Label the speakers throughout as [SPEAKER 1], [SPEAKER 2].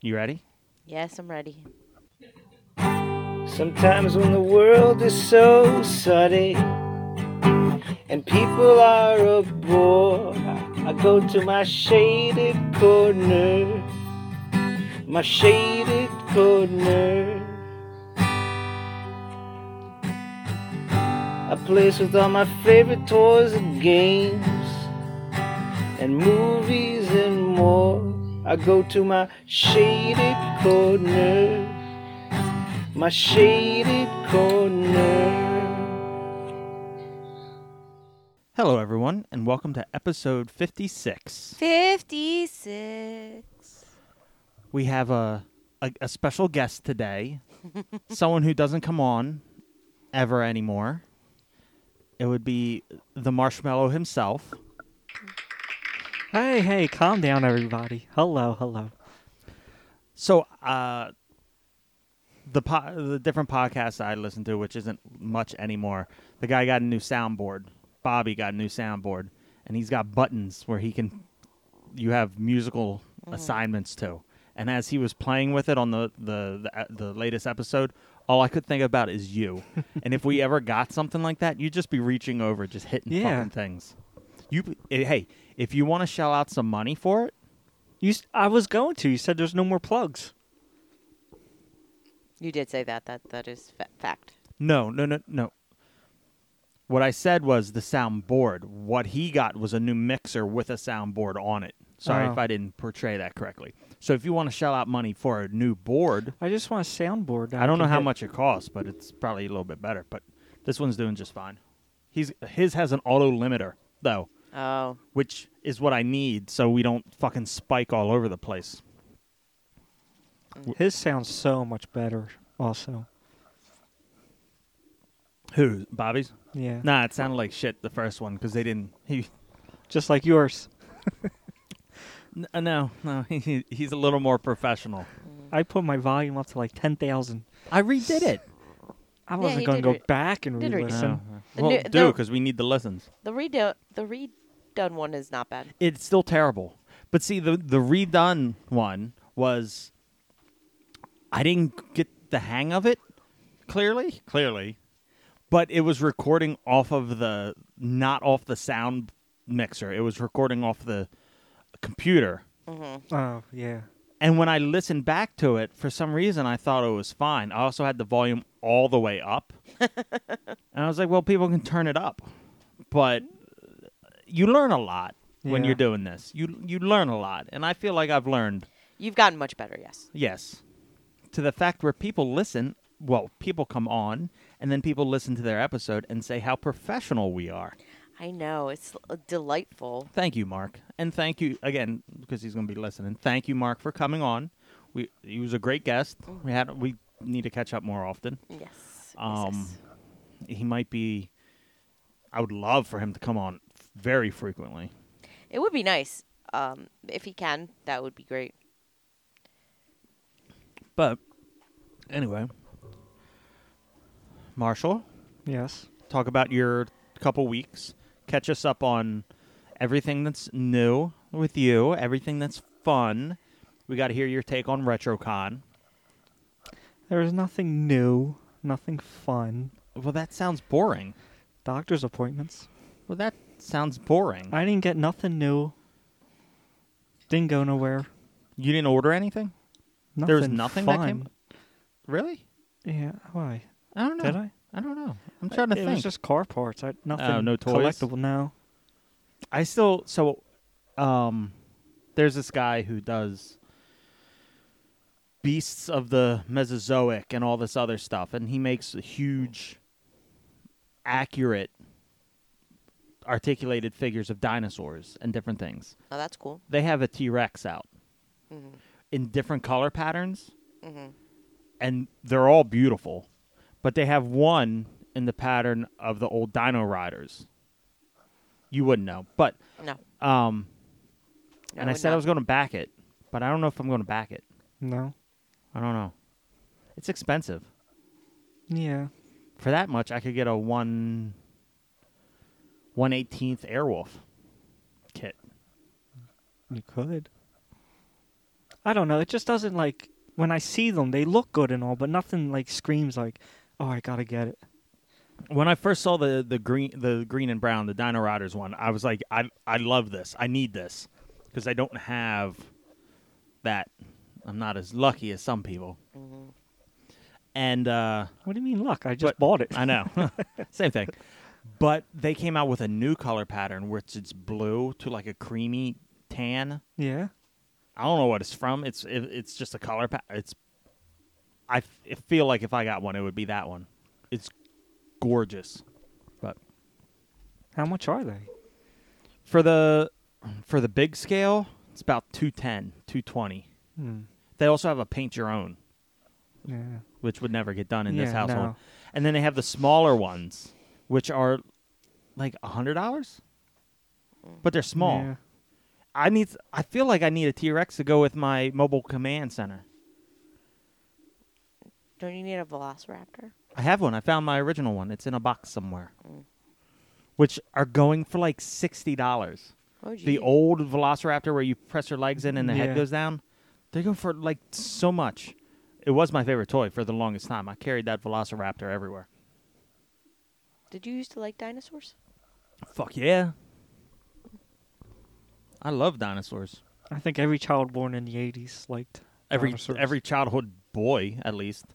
[SPEAKER 1] You ready?
[SPEAKER 2] Yes, I'm ready.
[SPEAKER 3] Sometimes when the world is so sunny and people are a bore, I go to my shaded corner, my shaded corner. A place with all my favorite toys and games and movies and more. I go to my shaded corner my shaded corner.
[SPEAKER 1] Hello, everyone, and welcome to episode 56.
[SPEAKER 2] 56.
[SPEAKER 1] We have a, a, a special guest today, someone who doesn't come on ever anymore. It would be the marshmallow himself.
[SPEAKER 4] Hey, hey, calm down, everybody. Hello, hello.
[SPEAKER 1] So, uh, the po- the different podcasts I listen to, which isn't much anymore, the guy got a new soundboard. Bobby got a new soundboard, and he's got buttons where he can you have musical assignments to. And as he was playing with it on the the the, the latest episode, all I could think about is you. and if we ever got something like that, you'd just be reaching over, just hitting
[SPEAKER 4] Yeah.
[SPEAKER 1] fucking things. You eh, hey, if you want to shell out some money for it,
[SPEAKER 4] You, s- I was going to. You said there's no more plugs.
[SPEAKER 2] You did say that. That that is fa- fact.
[SPEAKER 1] No, no, no, no. What I said was the soundboard. What he got was a new mixer with a soundboard on it. Sorry
[SPEAKER 4] Oh.
[SPEAKER 1] if I didn't portray that correctly. So if you want to shell out money for a new board,
[SPEAKER 4] I just want a soundboard. that
[SPEAKER 1] I don't know
[SPEAKER 4] can
[SPEAKER 1] how
[SPEAKER 4] hit.
[SPEAKER 1] much it costs, but it's probably a little bit better. But this one's doing just fine. He's his has an auto limiter though,
[SPEAKER 2] Oh,
[SPEAKER 1] which is what I need so we don't fucking spike all over the place.
[SPEAKER 4] His sounds so much better, also.
[SPEAKER 1] Who? Bobby's?
[SPEAKER 4] Yeah.
[SPEAKER 1] Nah, it sounded like shit the first one because they didn't. He
[SPEAKER 4] Just like yours.
[SPEAKER 1] N- uh, No, no, he, he's a little more professional.
[SPEAKER 4] I put my volume up to like 10,000.
[SPEAKER 1] I redid it.
[SPEAKER 4] I wasn't
[SPEAKER 2] you
[SPEAKER 4] going
[SPEAKER 2] did
[SPEAKER 4] to go
[SPEAKER 2] re-
[SPEAKER 4] back and
[SPEAKER 2] did redo
[SPEAKER 4] re
[SPEAKER 2] it.
[SPEAKER 4] listen.
[SPEAKER 2] The
[SPEAKER 1] Well,
[SPEAKER 2] new-
[SPEAKER 1] do
[SPEAKER 2] the-
[SPEAKER 1] because we need the listens.
[SPEAKER 2] the redo the redone one is not bad.
[SPEAKER 1] It's still terrible, but see the the redone one was. I didn't get the hang of it, clearly, clearly, but it was recording off of the not off the sound mixer. It was recording off the computer.
[SPEAKER 4] Oh, yeah.
[SPEAKER 1] And when I listened back to it, for some reason, I thought it was fine. I also had the volume all the way up. and I was like, well, people can turn it up. But you learn a lot when
[SPEAKER 4] Yeah.
[SPEAKER 1] you're doing this. You, you learn a lot. And I feel like I've learned,
[SPEAKER 2] You've gotten much better. Yes.
[SPEAKER 1] yes, to the fact where people listen. Well, people come on and then people listen to their episode and say how professional we are.
[SPEAKER 2] I know. It's l- delightful.
[SPEAKER 1] Thank you, Mark, and thank you again because he's going to be listening. Thank you, Mark, for coming on. We he was a great guest. We had we need to catch up more often.
[SPEAKER 2] Yes.
[SPEAKER 1] Um,
[SPEAKER 2] yes.
[SPEAKER 1] he might be. I would love for him to come on very frequently.
[SPEAKER 2] It would be nice. Um, if he can, that would be great.
[SPEAKER 1] But anyway, Marshall,
[SPEAKER 4] Yes.
[SPEAKER 1] talk about your couple weeks. Catch us up on everything that's new with you. Everything that's fun. We got to hear your take on RetroCon.
[SPEAKER 4] There was nothing new, nothing fun.
[SPEAKER 1] Well, that sounds boring.
[SPEAKER 4] Doctor's appointments.
[SPEAKER 1] Well, that sounds boring.
[SPEAKER 4] I didn't get nothing new. Didn't go nowhere.
[SPEAKER 1] you didn't order anything?
[SPEAKER 4] Nothing
[SPEAKER 1] There was nothing
[SPEAKER 4] fun.
[SPEAKER 1] that came- Really?
[SPEAKER 4] Yeah, why?
[SPEAKER 1] I don't know.
[SPEAKER 4] Did I?
[SPEAKER 1] I don't know. I'm trying to
[SPEAKER 4] it
[SPEAKER 1] think.
[SPEAKER 4] was just car parts. I, nothing
[SPEAKER 1] no toys?
[SPEAKER 4] collectible now.
[SPEAKER 1] I still so um there's this guy who does beasts of the Mesozoic and all this other stuff and he makes huge accurate articulated figures of dinosaurs and different things.
[SPEAKER 2] Oh, that's cool.
[SPEAKER 1] They have a T-Rex out
[SPEAKER 2] Mm-hmm.
[SPEAKER 1] in different color patterns. and they're all beautiful, but they have one in the pattern of the old Dino Riders. You wouldn't know, but
[SPEAKER 2] No.
[SPEAKER 1] um,
[SPEAKER 2] No,
[SPEAKER 1] and I
[SPEAKER 2] would
[SPEAKER 1] said I
[SPEAKER 2] not.
[SPEAKER 1] was going to back it, but I don't know if I'm going to back it.
[SPEAKER 4] No.
[SPEAKER 1] I don't know. It's expensive.
[SPEAKER 4] Yeah.
[SPEAKER 1] For that much, I could get a one one eighteenth Airwolf kit.
[SPEAKER 4] You could. I don't know. It just doesn't like when I see them, they look good and all, but nothing like screams like, "Oh, I gotta get it."
[SPEAKER 1] When I first saw the the green the green and brown the Dino Riders one, I was like, I I love this. I need this because I don't have that. I'm not as lucky as some people. And uh,
[SPEAKER 4] What do you mean? Look, I Mm-hmm. just bought it.
[SPEAKER 1] I know, same thing. But they came out with a new color pattern, which it's blue to like a creamy tan.
[SPEAKER 4] yeah.
[SPEAKER 1] I don't know what it's from. It's it, it's just a color pa- It's I f- I feel like if I got one, it would be that one. It's gorgeous, but
[SPEAKER 4] How much are they?
[SPEAKER 1] for the for the big scale, it's about 210, 220.
[SPEAKER 4] Hmm.
[SPEAKER 1] They also have a paint your own,
[SPEAKER 4] Yeah.
[SPEAKER 1] which would never get done in this
[SPEAKER 4] Yeah,
[SPEAKER 1] household.
[SPEAKER 4] no.
[SPEAKER 1] And then they have the smaller ones, which are like a hundred dollars, but they're small.
[SPEAKER 4] Yeah.
[SPEAKER 1] I need. I feel like I need a T Rex to go with my mobile command center.
[SPEAKER 2] Don't you need a velociraptor?
[SPEAKER 1] I have one. I found my original one. It's in a box somewhere, which are going for like sixty dollars.
[SPEAKER 2] Oh,
[SPEAKER 1] The
[SPEAKER 2] gee.
[SPEAKER 1] old Velociraptor where you press your legs in and the
[SPEAKER 4] Yeah.
[SPEAKER 1] head goes down, they go for like so much. It was my favorite toy for the longest time. I carried that Velociraptor everywhere.
[SPEAKER 2] Did you used to like dinosaurs?
[SPEAKER 1] Fuck yeah. I love dinosaurs.
[SPEAKER 4] I think every child born in the '80s liked
[SPEAKER 1] Every
[SPEAKER 4] dinosaurs.
[SPEAKER 1] every childhood boy, at least,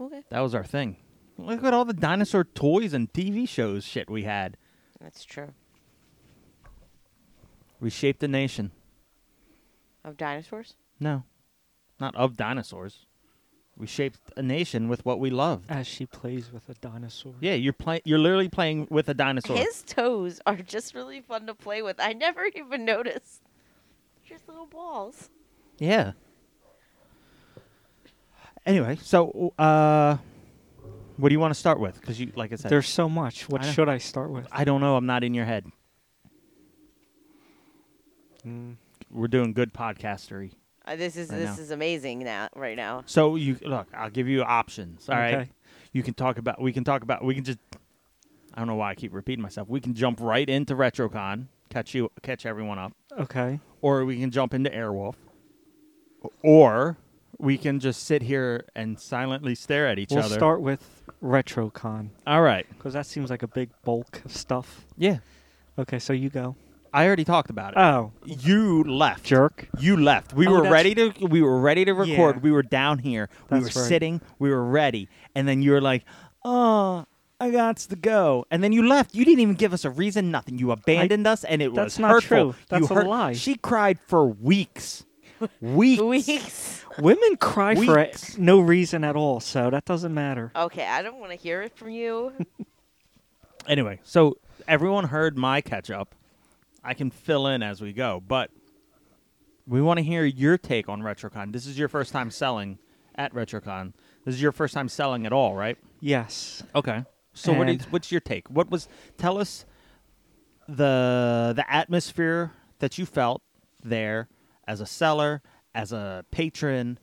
[SPEAKER 2] Okay,
[SPEAKER 1] that was our thing. Look at all the dinosaur toys and TV shows shit we had.
[SPEAKER 2] that's true.
[SPEAKER 1] We shaped the nation.
[SPEAKER 2] Of dinosaurs?
[SPEAKER 1] No, not of dinosaurs. We shaped a nation with what we loved.
[SPEAKER 4] as she plays with a dinosaur.
[SPEAKER 1] Yeah, you're playing. You're literally playing with a dinosaur.
[SPEAKER 2] His toes are just really fun to play with. I never even noticed. Just little balls.
[SPEAKER 1] Yeah. Anyway, so uh, what do you want to start with? Because you, like I said,
[SPEAKER 4] There's so much. What
[SPEAKER 1] I know.
[SPEAKER 4] should I start with?
[SPEAKER 1] I don't know. I'm not in your head.
[SPEAKER 4] Mm.
[SPEAKER 1] We're doing good podcastery.
[SPEAKER 2] Uh, this is
[SPEAKER 1] Right
[SPEAKER 2] this
[SPEAKER 1] now.
[SPEAKER 2] is amazing now right now.
[SPEAKER 1] So you look. I'll give you options. All right.
[SPEAKER 4] Okay.
[SPEAKER 1] You can talk about. We can talk about. We can just. I don't know why I keep repeating myself. We can jump right into RetroCon. Catch you. Catch everyone up.
[SPEAKER 4] Okay.
[SPEAKER 1] or we can jump into Airwolf, or we can just sit here and silently stare at each
[SPEAKER 4] We'll
[SPEAKER 1] other.
[SPEAKER 4] start with RetroCon
[SPEAKER 1] All right.
[SPEAKER 4] because that seems like a big bulk of stuff.
[SPEAKER 1] Yeah.
[SPEAKER 4] Okay, so you go.
[SPEAKER 1] I already talked about it.
[SPEAKER 4] Oh,
[SPEAKER 1] you left.
[SPEAKER 4] jerk.
[SPEAKER 1] You left. We
[SPEAKER 4] Oh,
[SPEAKER 1] were
[SPEAKER 4] that's-
[SPEAKER 1] ready to. We were ready to record.
[SPEAKER 4] Yeah.
[SPEAKER 1] We were down here. we were
[SPEAKER 4] That's right.
[SPEAKER 1] sitting. We were ready, and then you were like, "Oh, I got to go," and then you left. You didn't even give us a reason. Nothing. You abandoned us, and it
[SPEAKER 4] That's
[SPEAKER 1] was
[SPEAKER 4] not
[SPEAKER 1] hurtful.
[SPEAKER 4] true. That's
[SPEAKER 1] you
[SPEAKER 4] a
[SPEAKER 1] hurt-
[SPEAKER 4] lie.
[SPEAKER 1] She cried for weeks. Weeks.
[SPEAKER 2] Weeks.
[SPEAKER 4] Women cry for it,
[SPEAKER 1] Weeks.
[SPEAKER 4] no reason at all, so that doesn't matter.
[SPEAKER 2] Okay, I don't want to hear it from you.
[SPEAKER 1] Anyway, so everyone heard my catch up. I can fill in as we go, but we want to hear your take on RetroCon. This is your first time selling at RetroCon. This is your first time selling at all, right?
[SPEAKER 4] Yes.
[SPEAKER 1] Okay. So what
[SPEAKER 4] And-
[SPEAKER 1] is what's your take? What was tell us the the atmosphere that you felt there as a seller, as a patron.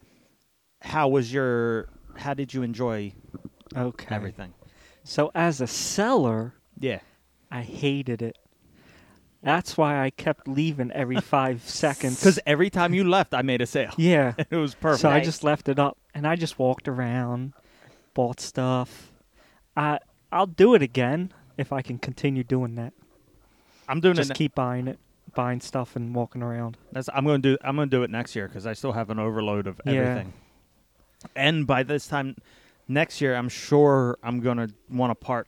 [SPEAKER 1] How was your how did you enjoy
[SPEAKER 4] Okay.
[SPEAKER 1] everything?
[SPEAKER 4] So as a seller,
[SPEAKER 1] Yeah.
[SPEAKER 4] I hated it. That's why I kept leaving every five seconds.
[SPEAKER 1] Cuz every time you left I made a sale.
[SPEAKER 4] yeah.
[SPEAKER 1] It was perfect.
[SPEAKER 4] So I
[SPEAKER 2] Nice.
[SPEAKER 4] just left it up, and I just walked around, bought stuff. I I'll do it again if I can continue doing that.
[SPEAKER 1] I'm doing
[SPEAKER 4] Just
[SPEAKER 1] it.
[SPEAKER 4] keep buying it, buying stuff, and walking around.
[SPEAKER 1] That's, I'm going to do. I'm going to do it next year because I still have an overload of
[SPEAKER 4] Yeah.
[SPEAKER 1] everything. And by this time next year, I'm sure I'm going to want to part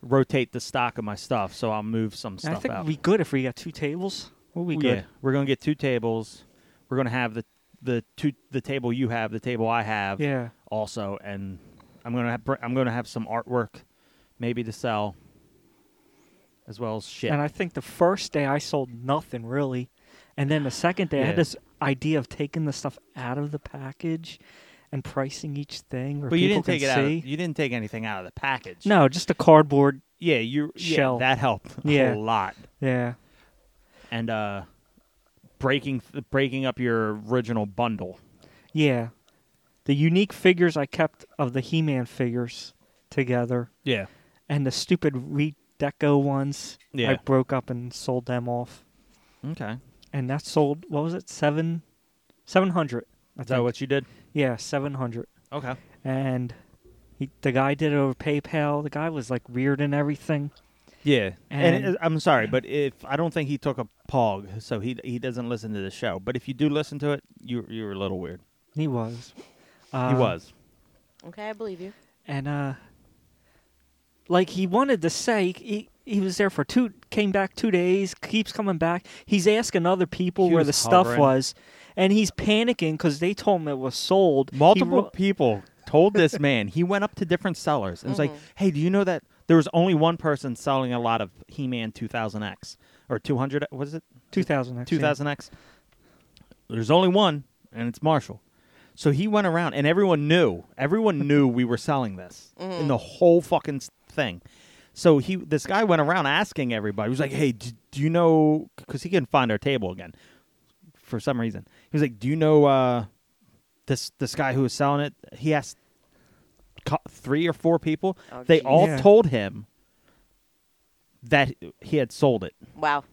[SPEAKER 1] rotate the stock of my stuff, so I'll move some
[SPEAKER 4] And
[SPEAKER 1] stuff
[SPEAKER 4] I think
[SPEAKER 1] out.
[SPEAKER 4] we good if we got two tables. We'll be
[SPEAKER 1] yeah,
[SPEAKER 4] good.
[SPEAKER 1] we're going to get two tables. We're going to have the the two the table you have, the table I have,
[SPEAKER 4] Yeah.
[SPEAKER 1] also, and I'm going to have, I'm going to have some artwork, maybe to sell, as well as shit.
[SPEAKER 4] And I think the first day I sold nothing really. And then the second day I
[SPEAKER 1] Yeah.
[SPEAKER 4] had this idea of taking the stuff out of the package and pricing each thing where
[SPEAKER 1] but you
[SPEAKER 4] people
[SPEAKER 1] didn't take it
[SPEAKER 4] can
[SPEAKER 1] out. Of,
[SPEAKER 4] see.
[SPEAKER 1] you didn't take anything out of the package.
[SPEAKER 4] No, just a cardboard.
[SPEAKER 1] Yeah, you yeah,
[SPEAKER 4] Shell.
[SPEAKER 1] that helped
[SPEAKER 4] Yeah.
[SPEAKER 1] a lot.
[SPEAKER 4] Yeah.
[SPEAKER 1] And uh breaking breaking up your original bundle.
[SPEAKER 4] Yeah. The unique figures I kept of the He Man figures together
[SPEAKER 1] Yeah.
[SPEAKER 4] and the stupid redeco ones I
[SPEAKER 1] Yeah.
[SPEAKER 4] broke up and sold them off.
[SPEAKER 1] Okay.
[SPEAKER 4] And that sold what was it, seven seven hundred.
[SPEAKER 1] Is that what you did?
[SPEAKER 4] Yeah, seven hundred.
[SPEAKER 1] Okay.
[SPEAKER 4] And he, the guy did it over PayPal. The guy was like weird and everything.
[SPEAKER 1] Yeah, and,
[SPEAKER 4] And-
[SPEAKER 1] it- I'm sorry, but if I don't think he took a pog, so he he doesn't listen to the show. But if you do listen to it, you you're a little weird.
[SPEAKER 4] He was. Uh,
[SPEAKER 1] he was.
[SPEAKER 2] Okay, I believe you.
[SPEAKER 4] and uh like he wanted to say he he was there for two came back two days keeps coming back he's asking other people
[SPEAKER 1] He
[SPEAKER 4] where
[SPEAKER 1] was
[SPEAKER 4] the stuff
[SPEAKER 1] hovering.
[SPEAKER 4] was and he's panicking because they told him it was sold He
[SPEAKER 1] Multiple
[SPEAKER 4] ro-
[SPEAKER 1] people told this man. He went up to different sellers and was like, "Hey, do you know that there was only one person selling a lot of He-Man 2000X or 200? Was it
[SPEAKER 4] 2000 actually.
[SPEAKER 1] 2000X? There's only one, and it's Marshall." So he went around, and everyone knew. Everyone knew we were selling this in the whole fucking s- thing. So he, this guy went around asking everybody. He was like, "Hey, do, do you know?" Because he couldn't find our table again for some reason. He was like, "Do you know uh, this this guy who was selling it?" He asked co- three or four people.
[SPEAKER 2] Oh,
[SPEAKER 1] they
[SPEAKER 2] geez.
[SPEAKER 1] all
[SPEAKER 4] Yeah.
[SPEAKER 1] told him that he had sold it.
[SPEAKER 2] Wow.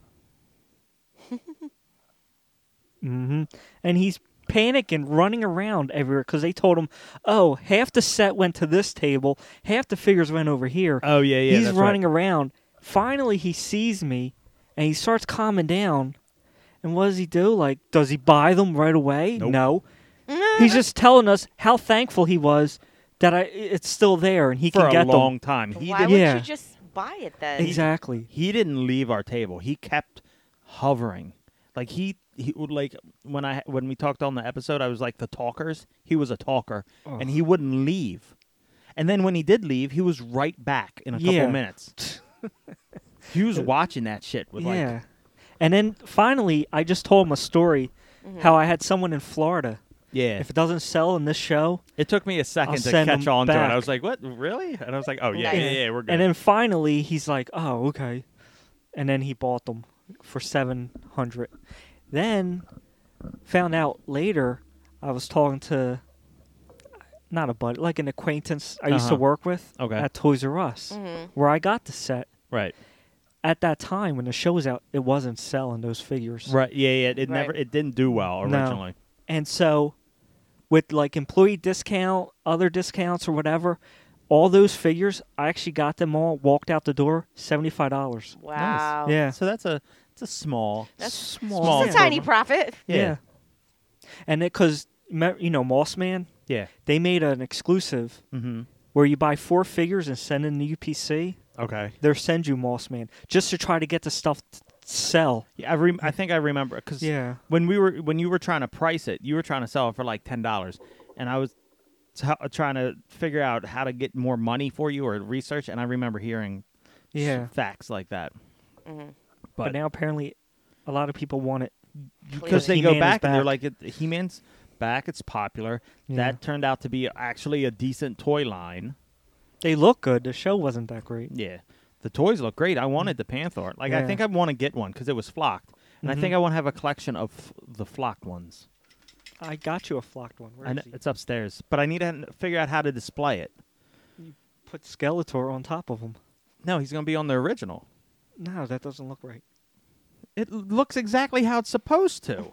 [SPEAKER 4] hmm and he's panicking running around everywhere because they told him oh half the set went to this table half the figures went over here
[SPEAKER 1] Oh yeah, yeah.
[SPEAKER 4] he's running around. Finally, he sees me, and he starts calming down. And what does he do? Like, does he buy them right away?
[SPEAKER 1] Nope.
[SPEAKER 4] No. he's just telling us how thankful he was that I it's still there and he
[SPEAKER 1] for
[SPEAKER 4] can
[SPEAKER 1] a
[SPEAKER 4] get
[SPEAKER 1] long
[SPEAKER 4] them.
[SPEAKER 1] time. He
[SPEAKER 2] Why
[SPEAKER 1] didn't,
[SPEAKER 2] would
[SPEAKER 4] Yeah.
[SPEAKER 2] you just buy it then?
[SPEAKER 4] Exactly.
[SPEAKER 1] he didn't leave our table. He kept hovering. Like he he would like when I when we talked on the episode, I was like the talkers. He was a talker, and he wouldn't leave. And then when he did leave, he was right back in a couple
[SPEAKER 4] Yeah.
[SPEAKER 1] of minutes. he was watching that shit with
[SPEAKER 4] yeah.
[SPEAKER 1] like
[SPEAKER 4] and then finally, I just told him a story how I had someone in Florida.
[SPEAKER 1] yeah.
[SPEAKER 4] If it doesn't sell in this show,
[SPEAKER 1] It took me a 2nd
[SPEAKER 4] I'll
[SPEAKER 1] to
[SPEAKER 4] send
[SPEAKER 1] catch
[SPEAKER 4] him
[SPEAKER 1] on to it.
[SPEAKER 4] back.
[SPEAKER 1] I was like, "What? Really?" And I was like, "Oh yeah,
[SPEAKER 2] Nice.
[SPEAKER 1] yeah, yeah, we're good."
[SPEAKER 4] and then finally he's like, "Oh, okay," and then he bought them for seven hundred. Then found out later, I was talking to not a buddy, like an acquaintance I used to
[SPEAKER 1] Uh-huh.
[SPEAKER 4] work with
[SPEAKER 1] Okay.
[SPEAKER 4] at Toys R Us, where I got the set.
[SPEAKER 1] right,
[SPEAKER 4] At that time, when the show was out, it wasn't selling those figures.
[SPEAKER 1] right, yeah, yeah. It
[SPEAKER 2] Right.
[SPEAKER 1] never, it didn't do well
[SPEAKER 4] No.
[SPEAKER 1] originally.
[SPEAKER 4] And so, with like employee discount, other discounts, or whatever, all those figures, I actually got them all, walked out the door, $75.
[SPEAKER 2] Wow.
[SPEAKER 4] Yeah.
[SPEAKER 1] So that's a, it's a small,
[SPEAKER 2] That's-
[SPEAKER 1] small,
[SPEAKER 2] Just a
[SPEAKER 4] Yeah.
[SPEAKER 2] tiny profit.
[SPEAKER 1] Yeah.
[SPEAKER 4] Yeah. And it because you know Mossman,
[SPEAKER 1] yeah.
[SPEAKER 4] they made an exclusive
[SPEAKER 1] Mm-hmm.
[SPEAKER 4] where you buy four figures and send in the UPC.
[SPEAKER 1] Okay.
[SPEAKER 4] They'll send you Mossman just to try to get the stuff to sell.
[SPEAKER 1] Yeah, I rem- I think I remember because
[SPEAKER 4] Yeah.
[SPEAKER 1] when we were when you were trying to price it, you were trying to sell it for like ten dollars, and I was t- trying to figure out how to get more money for you or research, and I remember hearing s-
[SPEAKER 4] Yeah.
[SPEAKER 1] facts like that.
[SPEAKER 4] But,
[SPEAKER 1] But
[SPEAKER 4] now apparently, a lot of people want it.
[SPEAKER 1] because they
[SPEAKER 4] He-Man
[SPEAKER 1] go
[SPEAKER 4] is
[SPEAKER 1] back, and they're
[SPEAKER 4] back.
[SPEAKER 1] like, it- "He-Man's back. It's popular."
[SPEAKER 4] Yeah.
[SPEAKER 1] That turned out to be actually a decent toy line.
[SPEAKER 4] They look good. The show wasn't that great.
[SPEAKER 1] Yeah, the toys look great. I wanted the Panther. Like I
[SPEAKER 4] Yeah. Mm-hmm.
[SPEAKER 1] think I want to get one because it was flocked, and I think I want to have a collection of f- the flocked ones.
[SPEAKER 4] I got you a flocked one. Where
[SPEAKER 1] I
[SPEAKER 4] is
[SPEAKER 1] know,
[SPEAKER 4] he?
[SPEAKER 1] it's upstairs, but I need to n- figure out how to display it.
[SPEAKER 4] Put Skeletor on top of him.
[SPEAKER 1] No, he's going to be on the original.
[SPEAKER 4] No, that doesn't look right.
[SPEAKER 1] It l- looks exactly how it's supposed to,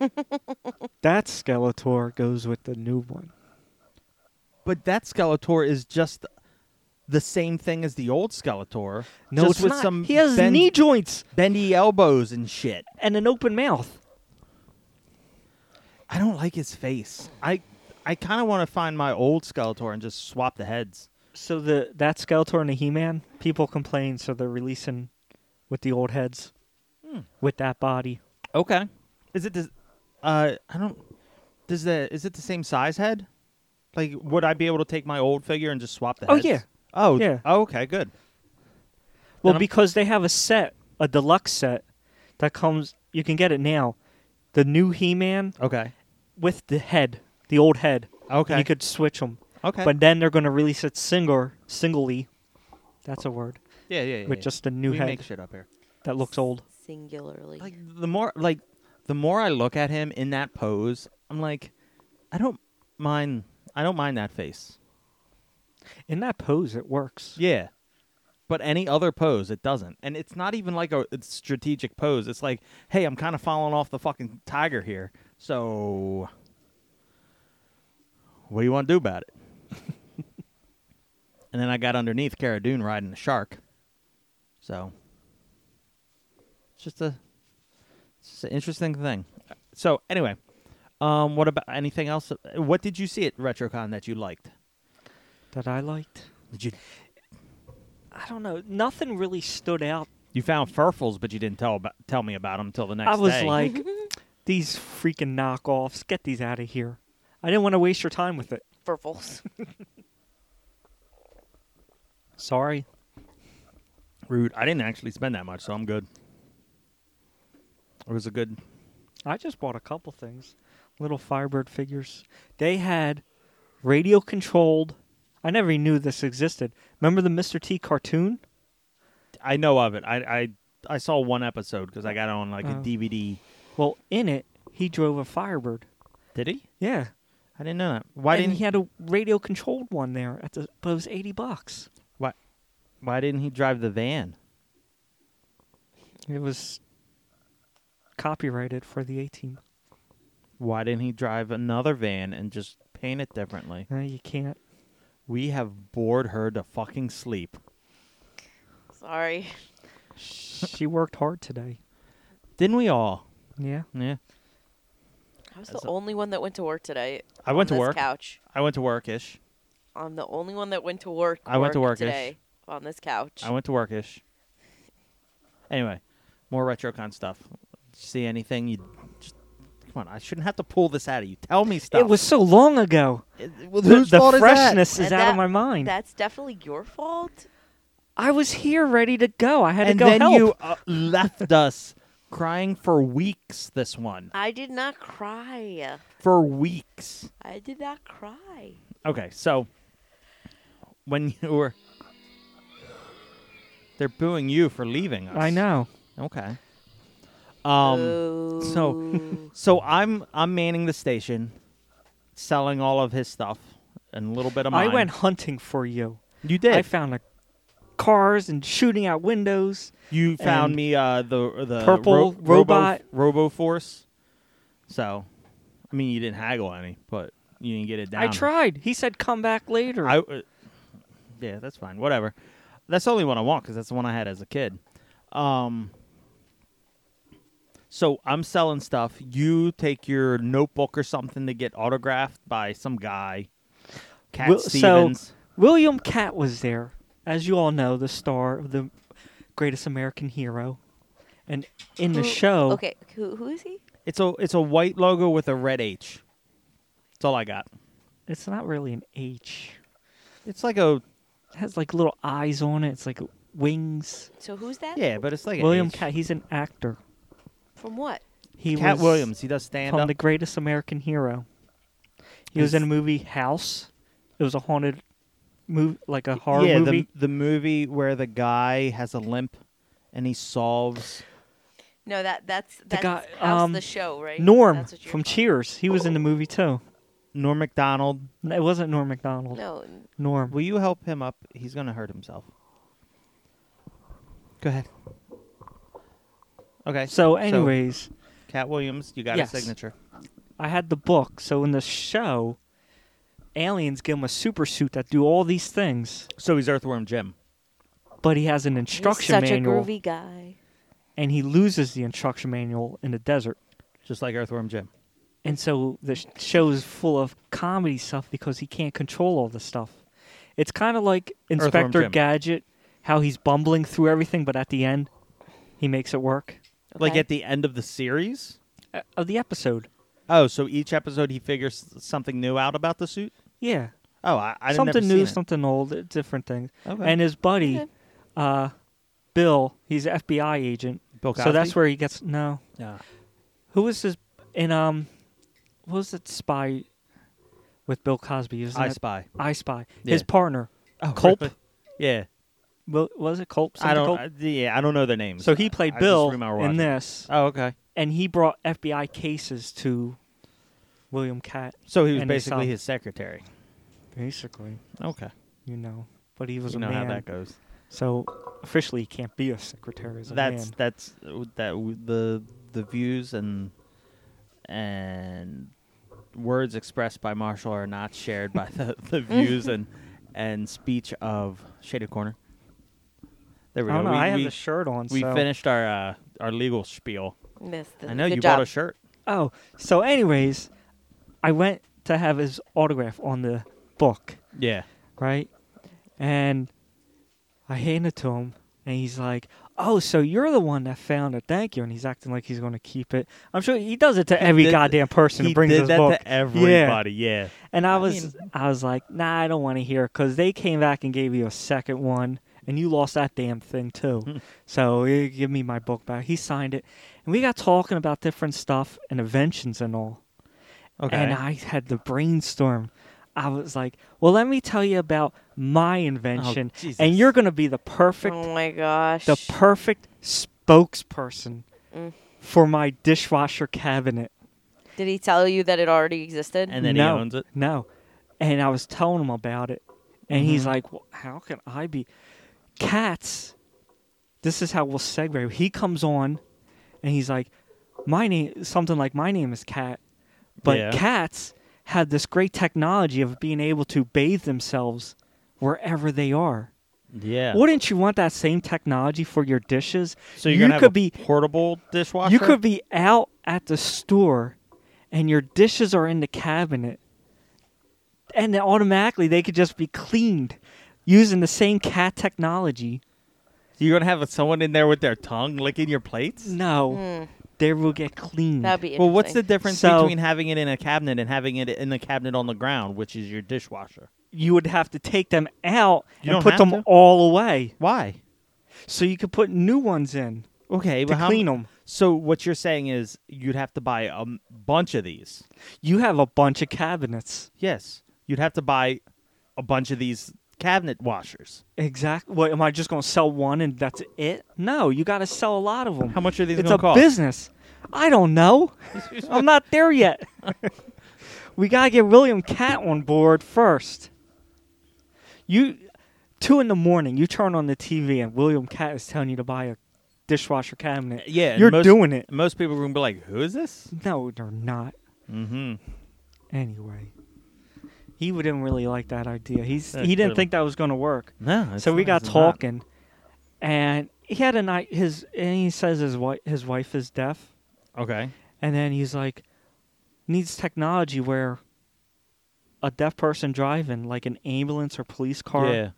[SPEAKER 4] That Skeletor goes with the new one.
[SPEAKER 1] but that Skeletor is just the same thing as the old Skeletor.
[SPEAKER 4] No,
[SPEAKER 1] just
[SPEAKER 4] it's
[SPEAKER 1] with
[SPEAKER 4] not.
[SPEAKER 1] some
[SPEAKER 4] he has
[SPEAKER 1] bend-
[SPEAKER 4] knee joints
[SPEAKER 1] bendy elbows and shit.
[SPEAKER 4] and an open mouth.
[SPEAKER 1] I don't like his face. I I kind of want to find my old Skeletor and just swap the heads.
[SPEAKER 4] So the that Skeletor and the He-Man, people complain, so they're releasing with the old heads, with that body.
[SPEAKER 1] Okay. Is it the? Uh, I don't. Does the is it the same size head? Like, would I be able to take my old figure and just swap the?
[SPEAKER 4] Oh,
[SPEAKER 1] heads?
[SPEAKER 4] yeah.
[SPEAKER 1] Oh
[SPEAKER 4] Yeah.
[SPEAKER 1] Oh, okay. Good.
[SPEAKER 4] Well,
[SPEAKER 1] I'm-
[SPEAKER 4] because they have a set, a deluxe set, that comes. You can get it now. The new He-Man
[SPEAKER 1] Okay.
[SPEAKER 4] with the head, the old head. And
[SPEAKER 1] Okay.
[SPEAKER 4] you could switch them.
[SPEAKER 1] Okay.
[SPEAKER 4] But then they're going to release it single, singly. That's a word.
[SPEAKER 1] yeah, yeah, yeah.
[SPEAKER 4] with
[SPEAKER 1] yeah.
[SPEAKER 4] just a new
[SPEAKER 1] we
[SPEAKER 4] head.
[SPEAKER 1] make shit up here.
[SPEAKER 4] That looks old.
[SPEAKER 2] Singularly.
[SPEAKER 1] Like the more like the more I look at him in that pose, I'm like, I don't mind. I don't mind that face.
[SPEAKER 4] In that pose, it works.
[SPEAKER 1] Yeah. But any other pose, it doesn't. And it's not even like a it's strategic pose. It's like, hey, I'm kind of falling off the fucking tiger here. So What do you want to do about it? and then I got underneath Cara Dune riding the shark. So it's just a it's just an interesting thing. So anyway, um, what about anything else? What did you see at RetroCon that you liked?
[SPEAKER 4] that I liked.
[SPEAKER 1] Did you
[SPEAKER 4] I don't know. Nothing really stood out.
[SPEAKER 1] you found furfles, but you didn't tell about, tell me about them until the next
[SPEAKER 4] I was
[SPEAKER 1] day.
[SPEAKER 4] like, these freaking knockoffs. Get these out of here. I didn't want to waste your time with it.
[SPEAKER 2] Verbals.
[SPEAKER 4] Sorry.
[SPEAKER 1] rude. I didn't actually spend that much, so I'm good. It was a good.
[SPEAKER 4] I just bought a couple things. Little Firebird figures. They had radio controlled. I never even knew this existed. Remember the Mr. T cartoon?
[SPEAKER 1] I know of it. I I, I saw one episode because I got it on like a
[SPEAKER 4] Oh.
[SPEAKER 1] DVD.
[SPEAKER 4] Well, in it, he drove a Firebird.
[SPEAKER 1] Did he?
[SPEAKER 4] Yeah.
[SPEAKER 1] I didn't know that. Why
[SPEAKER 4] and
[SPEAKER 1] didn't
[SPEAKER 4] he had a radio controlled one there at the but it was 80 bucks.
[SPEAKER 1] Why, why didn't he drive the van?
[SPEAKER 4] It was copyrighted for the A team.
[SPEAKER 1] Why didn't he drive another van and just paint it differently?
[SPEAKER 4] No, you can't.
[SPEAKER 1] We have bored her to fucking sleep.
[SPEAKER 2] Sorry.
[SPEAKER 4] She worked hard today.
[SPEAKER 1] Didn't we all?
[SPEAKER 4] Yeah.
[SPEAKER 1] Yeah.
[SPEAKER 2] I was
[SPEAKER 1] That's
[SPEAKER 2] the
[SPEAKER 1] a-
[SPEAKER 2] only one that went to work today.
[SPEAKER 1] I went to
[SPEAKER 2] on this
[SPEAKER 1] work.
[SPEAKER 2] Couch.
[SPEAKER 1] I went to work ish.
[SPEAKER 2] I'm the only one that went to work.
[SPEAKER 1] I went to work-ish.
[SPEAKER 2] today on this couch.
[SPEAKER 1] I went to work ish. Anyway, more RetroCon stuff. See anything you. Just, come on, I shouldn't have to pull this out of you. Tell me stuff.
[SPEAKER 4] It was so long ago.
[SPEAKER 1] It- well,
[SPEAKER 4] The-
[SPEAKER 1] whose
[SPEAKER 4] the
[SPEAKER 1] fault is that?
[SPEAKER 4] freshness is
[SPEAKER 2] And
[SPEAKER 4] out of
[SPEAKER 2] that-
[SPEAKER 4] my mind.
[SPEAKER 2] That's definitely your fault.
[SPEAKER 4] I was here ready to go. I had
[SPEAKER 1] And
[SPEAKER 4] to go
[SPEAKER 1] then
[SPEAKER 4] help.
[SPEAKER 1] you uh, left us crying for weeks this one.
[SPEAKER 2] I did not cry.
[SPEAKER 1] For weeks.
[SPEAKER 2] I did not cry.
[SPEAKER 1] Okay, so when you were they're booing you for leaving us.
[SPEAKER 4] I know.
[SPEAKER 1] Okay. Um so-
[SPEAKER 2] Boo.
[SPEAKER 1] so I'm I'm manning the station, selling all of his stuff and a little bit of
[SPEAKER 4] I
[SPEAKER 1] mine.
[SPEAKER 4] went hunting for you.
[SPEAKER 1] You did.
[SPEAKER 4] I found a cars and shooting out windows.
[SPEAKER 1] you found
[SPEAKER 4] and
[SPEAKER 1] me uh the the
[SPEAKER 4] purple robot.
[SPEAKER 1] Robo Force. So I mean you didn't haggle any, but you didn't get it down.
[SPEAKER 4] I tried. He said come back later.
[SPEAKER 1] I, uh, yeah, that's fine. Whatever. That's the only one I want because that's the one I had as a kid. Um, so I'm selling stuff. You take your notebook or something to get autographed by some guy, Cat
[SPEAKER 4] Will- so-
[SPEAKER 1] Stevens.
[SPEAKER 4] William Cat was there, as you all know, the star of the greatest American hero. And in the
[SPEAKER 2] Who-
[SPEAKER 4] show,
[SPEAKER 2] Oh, Okay, who who is he?
[SPEAKER 1] It's a it's a white logo with a red H. That's all I got.
[SPEAKER 4] it's not really an H.
[SPEAKER 1] It's like a
[SPEAKER 4] It has like little eyes on it. It's like wings.
[SPEAKER 2] So who's that?
[SPEAKER 1] yeah, but it's like
[SPEAKER 4] William
[SPEAKER 1] an H.
[SPEAKER 4] Cat, he's an actor.
[SPEAKER 2] From what?
[SPEAKER 4] He
[SPEAKER 1] Cat
[SPEAKER 4] was
[SPEAKER 1] Williams. He does stand
[SPEAKER 4] from
[SPEAKER 1] up.
[SPEAKER 4] the greatest American hero. He was in a movie House. It was a haunted movie, like a horror
[SPEAKER 1] yeah,
[SPEAKER 4] movie.
[SPEAKER 1] the the movie where the guy has a limp, and he solves.
[SPEAKER 2] No, that that's that's
[SPEAKER 4] guy-
[SPEAKER 2] House
[SPEAKER 4] um,
[SPEAKER 2] the show, right?
[SPEAKER 4] Norm
[SPEAKER 2] That's what you're
[SPEAKER 4] from
[SPEAKER 2] calling-
[SPEAKER 4] Cheers. He was in the movie too.
[SPEAKER 1] Norm Macdonald
[SPEAKER 4] No, It wasn't Norm Macdonald.
[SPEAKER 2] No,
[SPEAKER 4] Norm.
[SPEAKER 1] Will you help him up? He's gonna hurt himself. Go ahead. Okay.
[SPEAKER 4] So, anyways,
[SPEAKER 1] Cat Williams, you got
[SPEAKER 4] Yes.
[SPEAKER 1] a signature.
[SPEAKER 4] I had the book. So in the show, aliens give him a super suit that do all these things,
[SPEAKER 1] So he's Earthworm Jim.
[SPEAKER 4] but he has an
[SPEAKER 2] he's
[SPEAKER 4] instruction
[SPEAKER 2] such
[SPEAKER 4] manual,
[SPEAKER 2] a groovy guy.
[SPEAKER 4] and he loses the instruction manual in the desert.
[SPEAKER 1] Just like Earthworm Jim.
[SPEAKER 4] And so the sh- show is full of comedy stuff because he can't control all the stuff. It's kind of like Inspector
[SPEAKER 1] Jim.
[SPEAKER 4] Gadget, how he's bumbling through everything, but at the end, he makes it work.
[SPEAKER 1] Like
[SPEAKER 2] Okay.
[SPEAKER 1] at the end of the series?
[SPEAKER 4] Uh, of the episode,
[SPEAKER 1] Oh, so each episode he figures something new out about the suit?
[SPEAKER 4] yeah,
[SPEAKER 1] Oh, I, I
[SPEAKER 4] something
[SPEAKER 1] never
[SPEAKER 4] new,
[SPEAKER 1] seen
[SPEAKER 4] something old, uh, different things.
[SPEAKER 1] It. Okay.
[SPEAKER 4] and his buddy,
[SPEAKER 2] Okay.
[SPEAKER 4] uh, Bill. He's an FBI agent,
[SPEAKER 1] Bill
[SPEAKER 4] so that's
[SPEAKER 1] Cosby?
[SPEAKER 4] where he gets no.
[SPEAKER 1] Yeah.
[SPEAKER 4] Who was this? In um, what was that spy with Bill Cosby? Isn't
[SPEAKER 1] I
[SPEAKER 4] it-
[SPEAKER 1] Spy.
[SPEAKER 4] I Spy.
[SPEAKER 1] Yeah.
[SPEAKER 4] His partner,
[SPEAKER 1] Oh,
[SPEAKER 4] Culp.
[SPEAKER 1] really? Yeah.
[SPEAKER 4] Wa- was it Culp?
[SPEAKER 1] I
[SPEAKER 4] Something
[SPEAKER 1] don't.
[SPEAKER 4] Culp?
[SPEAKER 1] I- yeah, I don't know their names.
[SPEAKER 4] so he played
[SPEAKER 1] I just
[SPEAKER 4] Bill
[SPEAKER 1] remember
[SPEAKER 4] in
[SPEAKER 1] watching.
[SPEAKER 4] this,
[SPEAKER 1] Oh, okay.
[SPEAKER 4] and he brought FBI cases to William Cat,
[SPEAKER 1] So he was
[SPEAKER 4] And they
[SPEAKER 1] basically
[SPEAKER 4] solved-
[SPEAKER 1] his secretary.
[SPEAKER 4] basically.
[SPEAKER 1] Okay.
[SPEAKER 4] You know, but he was
[SPEAKER 1] you
[SPEAKER 4] a
[SPEAKER 1] know
[SPEAKER 4] man,
[SPEAKER 1] how that goes.
[SPEAKER 4] so officially he can't be a secretary. As a
[SPEAKER 1] that's
[SPEAKER 4] man.
[SPEAKER 1] that's that w- the the views and and words expressed by Marshall are not shared by the, the views and and speech of Shaded Corner. There we
[SPEAKER 4] I
[SPEAKER 1] go.
[SPEAKER 4] don't know.
[SPEAKER 1] we
[SPEAKER 4] Oh, I have
[SPEAKER 1] we,
[SPEAKER 4] the shirt on.
[SPEAKER 1] we
[SPEAKER 4] so.
[SPEAKER 1] finished our uh, our legal spiel.
[SPEAKER 2] Missed it.
[SPEAKER 1] I know
[SPEAKER 2] Good
[SPEAKER 1] you
[SPEAKER 2] job.
[SPEAKER 1] bought a shirt.
[SPEAKER 4] Oh, so anyways, I went to have his autograph on the book,
[SPEAKER 1] Yeah.
[SPEAKER 4] right? And I hand it to him, and he's like, "Oh, so you're the one that found it? Thank you." And he's acting like he's going to keep it. I'm sure he does it to every
[SPEAKER 1] did-
[SPEAKER 4] goddamn person
[SPEAKER 1] He
[SPEAKER 4] who brings
[SPEAKER 1] did
[SPEAKER 4] his
[SPEAKER 1] that
[SPEAKER 4] book.
[SPEAKER 1] to everybody. Yeah.
[SPEAKER 4] And I
[SPEAKER 1] I
[SPEAKER 4] was, I was like, "Nah, I don't want to hear," because they came back and gave you a second one, and you lost that damn thing
[SPEAKER 1] Hmm.
[SPEAKER 4] too. so eh, give me my book back. He signed it, and we got talking about different stuff and inventions and all.
[SPEAKER 1] Okay.
[SPEAKER 4] And I had the brainstorm. I was like, well, let me tell you about my invention.
[SPEAKER 1] Oh, Jesus.
[SPEAKER 4] and you're going to be the perfect,
[SPEAKER 2] Oh my gosh.
[SPEAKER 4] the perfect spokesperson
[SPEAKER 2] Mm.
[SPEAKER 4] for my dishwasher cabinet.
[SPEAKER 2] Did he tell you that it already existed?
[SPEAKER 1] and then
[SPEAKER 4] no,
[SPEAKER 1] he owns it.
[SPEAKER 4] No. And I was telling him about it. And
[SPEAKER 1] Mm-hmm.
[SPEAKER 4] he's like, well, how can I be? Cats, this is how we'll segue. He comes on and he's like, my name, something like, my name is Cat. But
[SPEAKER 1] Yeah.
[SPEAKER 4] cats had this great technology of being able to bathe themselves wherever they are.
[SPEAKER 1] Yeah.
[SPEAKER 4] Wouldn't you want that same technology for your dishes?
[SPEAKER 1] so you're
[SPEAKER 4] you
[SPEAKER 1] gonna have
[SPEAKER 4] could
[SPEAKER 1] a
[SPEAKER 4] be
[SPEAKER 1] portable dishwasher.
[SPEAKER 4] you could be out at the store and your dishes are in the cabinet. And then automatically they could just be cleaned using the same cat technology.
[SPEAKER 1] You're gonna have someone in there with their tongue licking your plates.
[SPEAKER 4] No,
[SPEAKER 2] Mm,
[SPEAKER 4] they will get cleaned.
[SPEAKER 2] that'd be
[SPEAKER 1] Well, what's the
[SPEAKER 2] interesting.
[SPEAKER 1] difference
[SPEAKER 4] So-
[SPEAKER 1] between having it in a cabinet and having it in the cabinet on the ground, which is your dishwasher?
[SPEAKER 4] you would have to take them out
[SPEAKER 1] You
[SPEAKER 4] and
[SPEAKER 1] don't
[SPEAKER 4] put
[SPEAKER 1] have to?
[SPEAKER 4] them all away.
[SPEAKER 1] Why?
[SPEAKER 4] So you could put new ones in
[SPEAKER 1] Okay,
[SPEAKER 4] to
[SPEAKER 1] but how,
[SPEAKER 4] clean them.
[SPEAKER 1] So what you're saying is you'd have to buy a m- bunch of these.
[SPEAKER 4] You have a bunch of cabinets.
[SPEAKER 1] Yes, you'd have to buy a bunch of these cabinet washers.
[SPEAKER 4] Exactly. What am I just going to sell one and that's it? No, you got to sell a lot of them.
[SPEAKER 1] How much are these
[SPEAKER 4] it's
[SPEAKER 1] gonna
[SPEAKER 4] a
[SPEAKER 1] cost?
[SPEAKER 4] business. I don't know. I'm not there yet. we got to get William Cat on board first. You two in the morning, you turn on the TV and William Cat is telling you to buy a dishwasher cabinet.
[SPEAKER 1] Uh, Yeah, and
[SPEAKER 4] You're
[SPEAKER 1] most-
[SPEAKER 4] doing it.
[SPEAKER 1] Most people are gonna be like, "Who is this?"
[SPEAKER 4] No, they're not.
[SPEAKER 1] Mm-hmm.
[SPEAKER 4] Anyway, he didn't really like that idea. He's
[SPEAKER 1] Yeah,
[SPEAKER 4] he didn't
[SPEAKER 1] clearly.
[SPEAKER 4] think that was going to work.
[SPEAKER 1] No. it's
[SPEAKER 4] so we
[SPEAKER 1] not-
[SPEAKER 4] got
[SPEAKER 1] it's not.
[SPEAKER 4] talking, and he had a night. His and he says his wife his wife is deaf,
[SPEAKER 1] Okay.
[SPEAKER 4] and then he's like needs technology where a deaf person driving, like an ambulance or police car,
[SPEAKER 1] Yeah.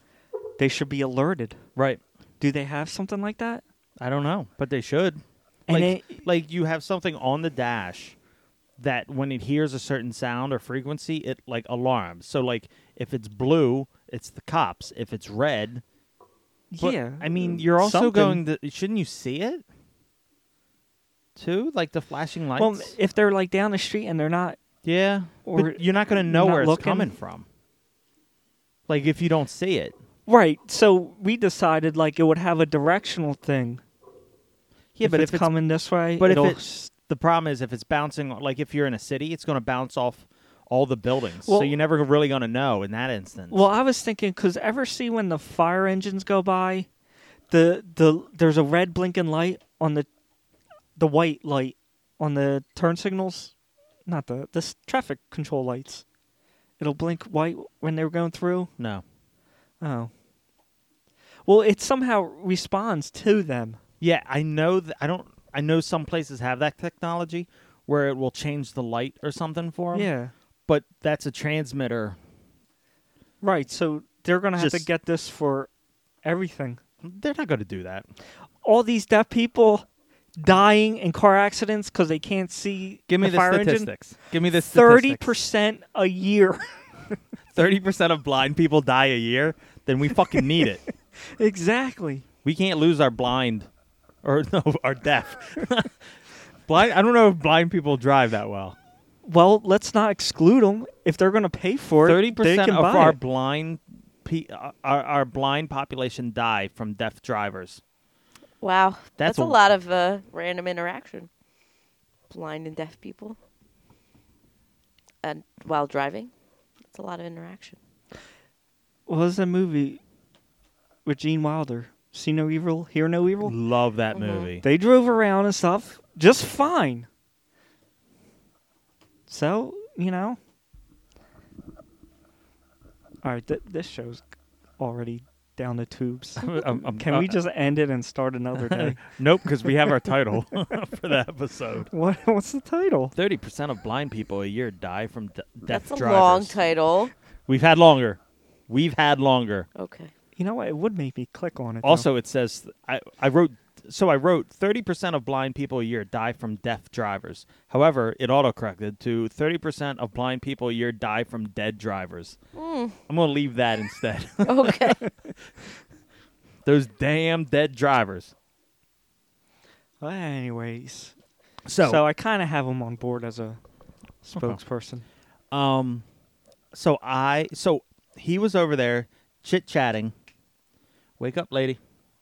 [SPEAKER 4] they should be alerted.
[SPEAKER 1] Right.
[SPEAKER 4] Do they have something like that?
[SPEAKER 1] I don't know, but they should.
[SPEAKER 4] And
[SPEAKER 1] like, like you have something on the dash that when it hears a certain sound or frequency, it like alarms. So like if it's blue, it's the cops. If it's red, but,
[SPEAKER 4] yeah,
[SPEAKER 1] I mean, you're also
[SPEAKER 4] something.
[SPEAKER 1] going to shouldn't you see it? Too like the flashing lights.
[SPEAKER 4] Well, if they're like down the street and they're not,
[SPEAKER 1] yeah,
[SPEAKER 4] or
[SPEAKER 1] but you're not going to know
[SPEAKER 4] not
[SPEAKER 1] where
[SPEAKER 4] looking.
[SPEAKER 1] it's coming from. Like if you don't see it.
[SPEAKER 4] right, so we decided like it would have a directional thing.
[SPEAKER 1] Yeah,
[SPEAKER 4] if
[SPEAKER 1] but
[SPEAKER 4] it's
[SPEAKER 1] if it's
[SPEAKER 4] coming this way,
[SPEAKER 1] but if
[SPEAKER 4] it'll
[SPEAKER 1] it's- the problem is if it's bouncing like if you're in a city, it's going to bounce off all the buildings.
[SPEAKER 4] Well-
[SPEAKER 1] so you're never really going to know in that instance.
[SPEAKER 4] Well, I was thinking because ever see when the fire engines go by, the the there's a red blinking light on the the white light on the turn signals, not the the s- traffic control lights. It'll blink white when they're going through.
[SPEAKER 1] no.
[SPEAKER 4] Oh. Well, it somehow responds to them.
[SPEAKER 1] Yeah, I know that I don't I know some places have that technology where it will change the light or something for them.
[SPEAKER 4] Yeah.
[SPEAKER 1] But that's a transmitter.
[SPEAKER 4] Right. So they're gonna have to
[SPEAKER 1] Just-
[SPEAKER 4] get this for everything.
[SPEAKER 1] They're not going to do that.
[SPEAKER 4] All these deaf people dying in car accidents because they can't see
[SPEAKER 1] Give me the,
[SPEAKER 4] fire engine.
[SPEAKER 1] statistics. Give me the
[SPEAKER 4] thirty percent a year.
[SPEAKER 1] Thirty percent of blind people die a year. Then we fucking need it.
[SPEAKER 4] exactly.
[SPEAKER 1] We can't lose our blind, or no, our deaf. blind. I don't know if blind people drive that well.
[SPEAKER 4] Well, let's not exclude them if they're going to pay for it.
[SPEAKER 1] Thirty
[SPEAKER 4] they
[SPEAKER 1] percent
[SPEAKER 4] can
[SPEAKER 1] of
[SPEAKER 4] buy
[SPEAKER 1] our
[SPEAKER 4] it.
[SPEAKER 1] blind, pe- uh, our our blind population die from deaf drivers.
[SPEAKER 2] Wow. That's,
[SPEAKER 1] That's
[SPEAKER 2] a,
[SPEAKER 1] a-
[SPEAKER 2] lot of uh, random interaction. Blind and deaf people. And while driving, that's a lot of interaction.
[SPEAKER 4] What was that movie with Gene Wilder? See no evil, hear no evil.
[SPEAKER 1] Love that
[SPEAKER 4] Mm-hmm.
[SPEAKER 2] Mhm.
[SPEAKER 1] movie.
[SPEAKER 4] They drove around and stuff just fine. So you know. All right, th- this show's already down the tubes.
[SPEAKER 1] I'm- I'm-
[SPEAKER 4] Can
[SPEAKER 1] uh,
[SPEAKER 4] we just end it and start another day?
[SPEAKER 1] Nope, because we have our title for the episode.
[SPEAKER 4] what What's the title?
[SPEAKER 1] Thirty percent of blind people a year die from de- death
[SPEAKER 2] That's a
[SPEAKER 1] drivers.
[SPEAKER 2] long title.
[SPEAKER 1] We've had longer. We've had longer.
[SPEAKER 2] Okay.
[SPEAKER 4] You know what? It would make me click on it. though.
[SPEAKER 1] Also, it says I, I wrote so I wrote thirty percent of blind people a year die from deaf drivers. However, it autocorrected to thirty percent of blind people a year die from dead drivers. I'm gonna leave that instead.
[SPEAKER 2] Okay.
[SPEAKER 1] Those damn dead drivers.
[SPEAKER 4] Well, anyways,
[SPEAKER 1] So,
[SPEAKER 4] so I kind of have him on board as a spokesperson.
[SPEAKER 1] um, so I so he was over there chit chatting. Wake up, lady.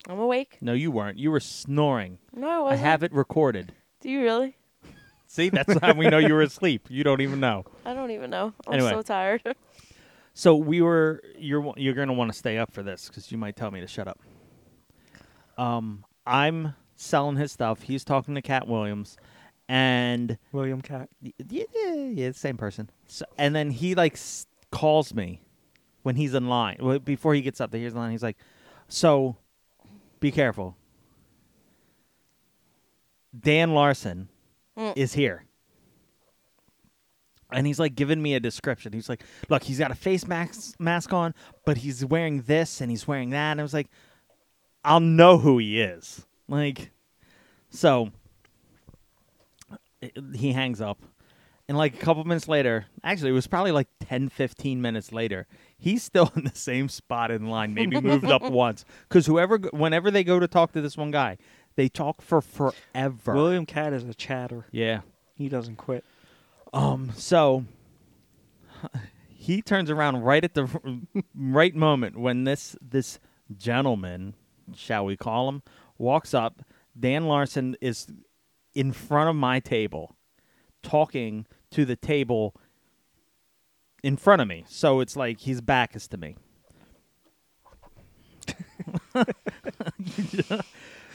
[SPEAKER 2] I'm awake.
[SPEAKER 1] No, you weren't. You were snoring.
[SPEAKER 2] No, I
[SPEAKER 1] I
[SPEAKER 2] wasn't.
[SPEAKER 1] have it recorded.
[SPEAKER 2] Do you really?
[SPEAKER 1] See, that's how we know you were asleep. You don't even know.
[SPEAKER 2] I don't even know. I'm
[SPEAKER 1] Anyway.
[SPEAKER 2] so tired.
[SPEAKER 1] So we were you're you're gonna want to stay up for this because you might tell me to shut up. Um, I'm selling his stuff. He's talking to Cat Williams, and
[SPEAKER 4] William Cat.
[SPEAKER 1] y- yeah, yeah, yeah, same person. So, and then he like s- calls me when he's in line well, before he gets up. Here's the line. He's like, "So, be careful. Dan Larson
[SPEAKER 2] Mm.
[SPEAKER 1] is here." And he's like giving me a description. He's like, "Look, he's got a face mask mask on, but he's wearing this and he's wearing that." And I was like, "I'll know who he is." Like, so it- he hangs up and like a couple minutes later actually it was probably like 10 15 minutes later he's still in the same spot in line maybe moved up once because whoever g- whenever they go to talk to this one guy they talk for forever
[SPEAKER 4] William Cat is a chatter.
[SPEAKER 1] yeah
[SPEAKER 4] He doesn't quit.
[SPEAKER 1] um so he turns around right at the r- right moment when this this gentleman shall we call him walks up dan larson is in front of my table talking to the table in front of me. So it's like his back is to me.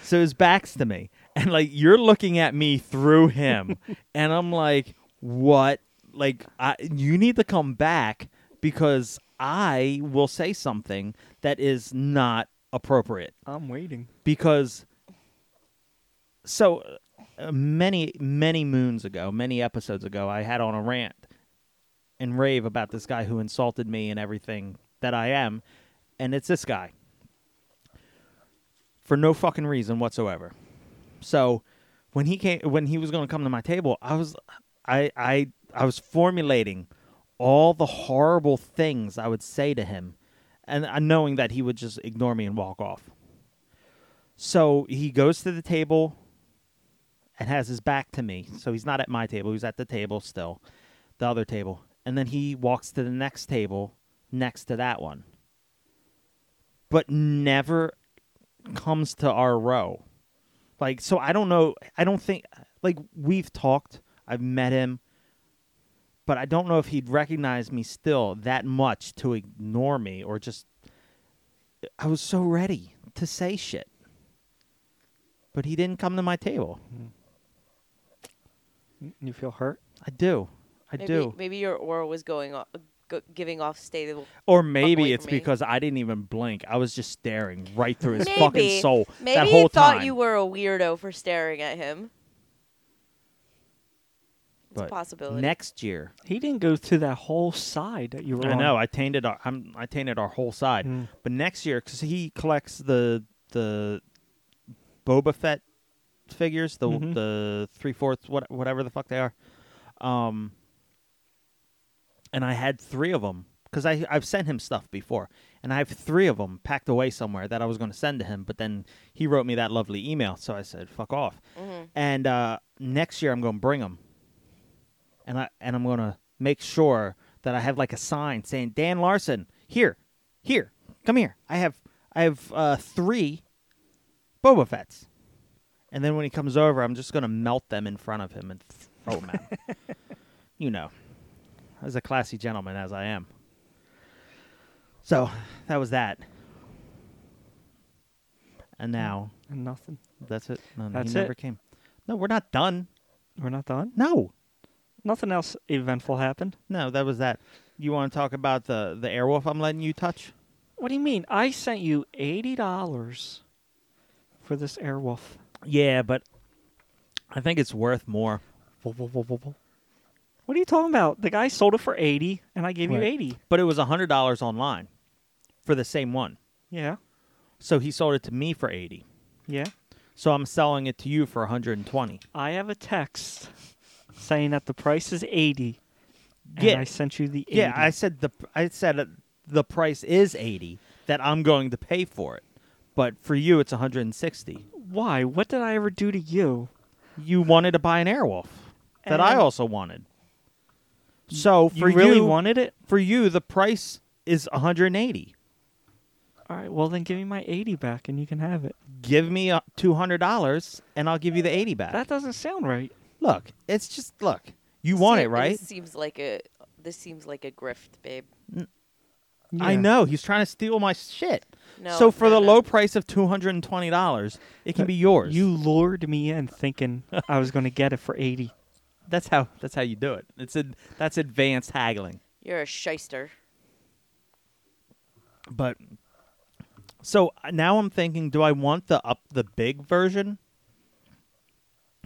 [SPEAKER 1] so his back's to me. And like you're looking at me through him. and I'm like, what? Like I you need to come back because I will say something that is not appropriate
[SPEAKER 4] I'm waiting.
[SPEAKER 1] because so uh, many many moons ago, many episodes ago, I had on a rant and rave about this guy who insulted me and everything that I am, and it's this guy for no fucking reason whatsoever. So when he came when he was going to come to my table, I was I I I was formulating all the horrible things I would say to him and uh, knowing that he would just ignore me and walk off. So he goes to the table and has his back to me. So he's not at my table. He's at the table still, the other table. And then he walks to the next table next to that one, but never comes to our row. Like, so I don't know. I don't think, like, we've talked, I've met him, but I don't know if he'd recognize me still that much to ignore me or just. I was so ready to say shit but he didn't come to my table.
[SPEAKER 4] You feel hurt?
[SPEAKER 1] I do. I
[SPEAKER 2] maybe,
[SPEAKER 1] do.
[SPEAKER 2] Maybe your aura was going off, go, giving off state of
[SPEAKER 1] Or
[SPEAKER 2] away
[SPEAKER 1] maybe it's
[SPEAKER 2] from me.
[SPEAKER 1] because I didn't even blink. I was just staring right through his
[SPEAKER 2] maybe,
[SPEAKER 1] fucking soul
[SPEAKER 2] Maybe
[SPEAKER 1] that
[SPEAKER 2] he
[SPEAKER 1] whole
[SPEAKER 2] thought
[SPEAKER 1] time.
[SPEAKER 2] you were a weirdo for staring at him. It's a
[SPEAKER 1] But
[SPEAKER 2] possibility.
[SPEAKER 1] Next year,
[SPEAKER 4] He didn't go through that whole side that you were
[SPEAKER 1] I
[SPEAKER 4] on.
[SPEAKER 1] know I tainted our I'm, I tainted our whole side.
[SPEAKER 4] Mm.
[SPEAKER 1] But next year, because he collects the the Boba Fett figures, the
[SPEAKER 4] Mhm.
[SPEAKER 1] the three fourths, what whatever the fuck they are. Um, and I had three of them because I I've sent him stuff before, and I have three of them packed away somewhere that I was going to send to him, but then he wrote me that lovely email, so I said fuck off.
[SPEAKER 2] Mhm.
[SPEAKER 1] And uh, next year I'm going to bring them, and I and I'm going to make sure that I have like a sign saying Dan Larson here, here, come here. I have I have uh, three Boba Fett's. And then when he comes over, I'm just going to melt them in front of him and throw them at him. you know, as a classy gentleman as I am. So that was that. And now
[SPEAKER 4] And nothing.
[SPEAKER 1] that's it. No,
[SPEAKER 4] That's
[SPEAKER 1] he never
[SPEAKER 4] it.
[SPEAKER 1] came. No, we're not done.
[SPEAKER 4] We're not done.
[SPEAKER 1] No.
[SPEAKER 4] Nothing else eventful happened.
[SPEAKER 1] No, that was that. You want to talk about the the Airwolf I'm letting you touch?
[SPEAKER 4] What do you mean? I sent you eighty dollars for this Airwolf.
[SPEAKER 1] Yeah, but I think it's worth more.
[SPEAKER 4] What are you talking about? The guy sold it for eighty, and I gave you
[SPEAKER 1] Right.
[SPEAKER 4] eighty.
[SPEAKER 1] But it was a hundred dollars online for the same one.
[SPEAKER 4] Yeah,
[SPEAKER 1] So he sold it to me for eighty.
[SPEAKER 4] yeah.
[SPEAKER 1] So I'm selling it to you for 120.
[SPEAKER 4] I have a text saying that the price is eighty. And
[SPEAKER 1] Yeah.
[SPEAKER 4] I sent you the 80.
[SPEAKER 1] Yeah, I said the I said uh, the price is 80 that I'm going to pay for it. But for you it's 160.
[SPEAKER 4] Why? What did I ever do to you?
[SPEAKER 1] You wanted to buy an Airwolf that I
[SPEAKER 4] And-
[SPEAKER 1] also wanted. So for
[SPEAKER 4] you really
[SPEAKER 1] you
[SPEAKER 4] wanted it?
[SPEAKER 1] for you the price is 180.
[SPEAKER 4] All right. Well, then give me my eighty back, and you can have it.
[SPEAKER 1] Give me uh, $200 and I'll give you the 80 back.
[SPEAKER 4] That doesn't sound right.
[SPEAKER 1] look, it's just look. You want
[SPEAKER 2] See,
[SPEAKER 1] it, right?
[SPEAKER 2] This seems like a this seems like a grift, babe.
[SPEAKER 1] I
[SPEAKER 4] Yeah.
[SPEAKER 1] know he's trying to steal my shit.
[SPEAKER 2] No,
[SPEAKER 1] so for
[SPEAKER 2] no,
[SPEAKER 1] the
[SPEAKER 2] no.
[SPEAKER 1] low price of two hundred and twenty dollars, it can be yours.
[SPEAKER 4] You lured me in thinking I was going to get it for 80.
[SPEAKER 1] that's how that's how you do it. It's a, that's advanced haggling.
[SPEAKER 2] You're a shyster.
[SPEAKER 1] But so uh, now I'm thinking, do I want the up the big version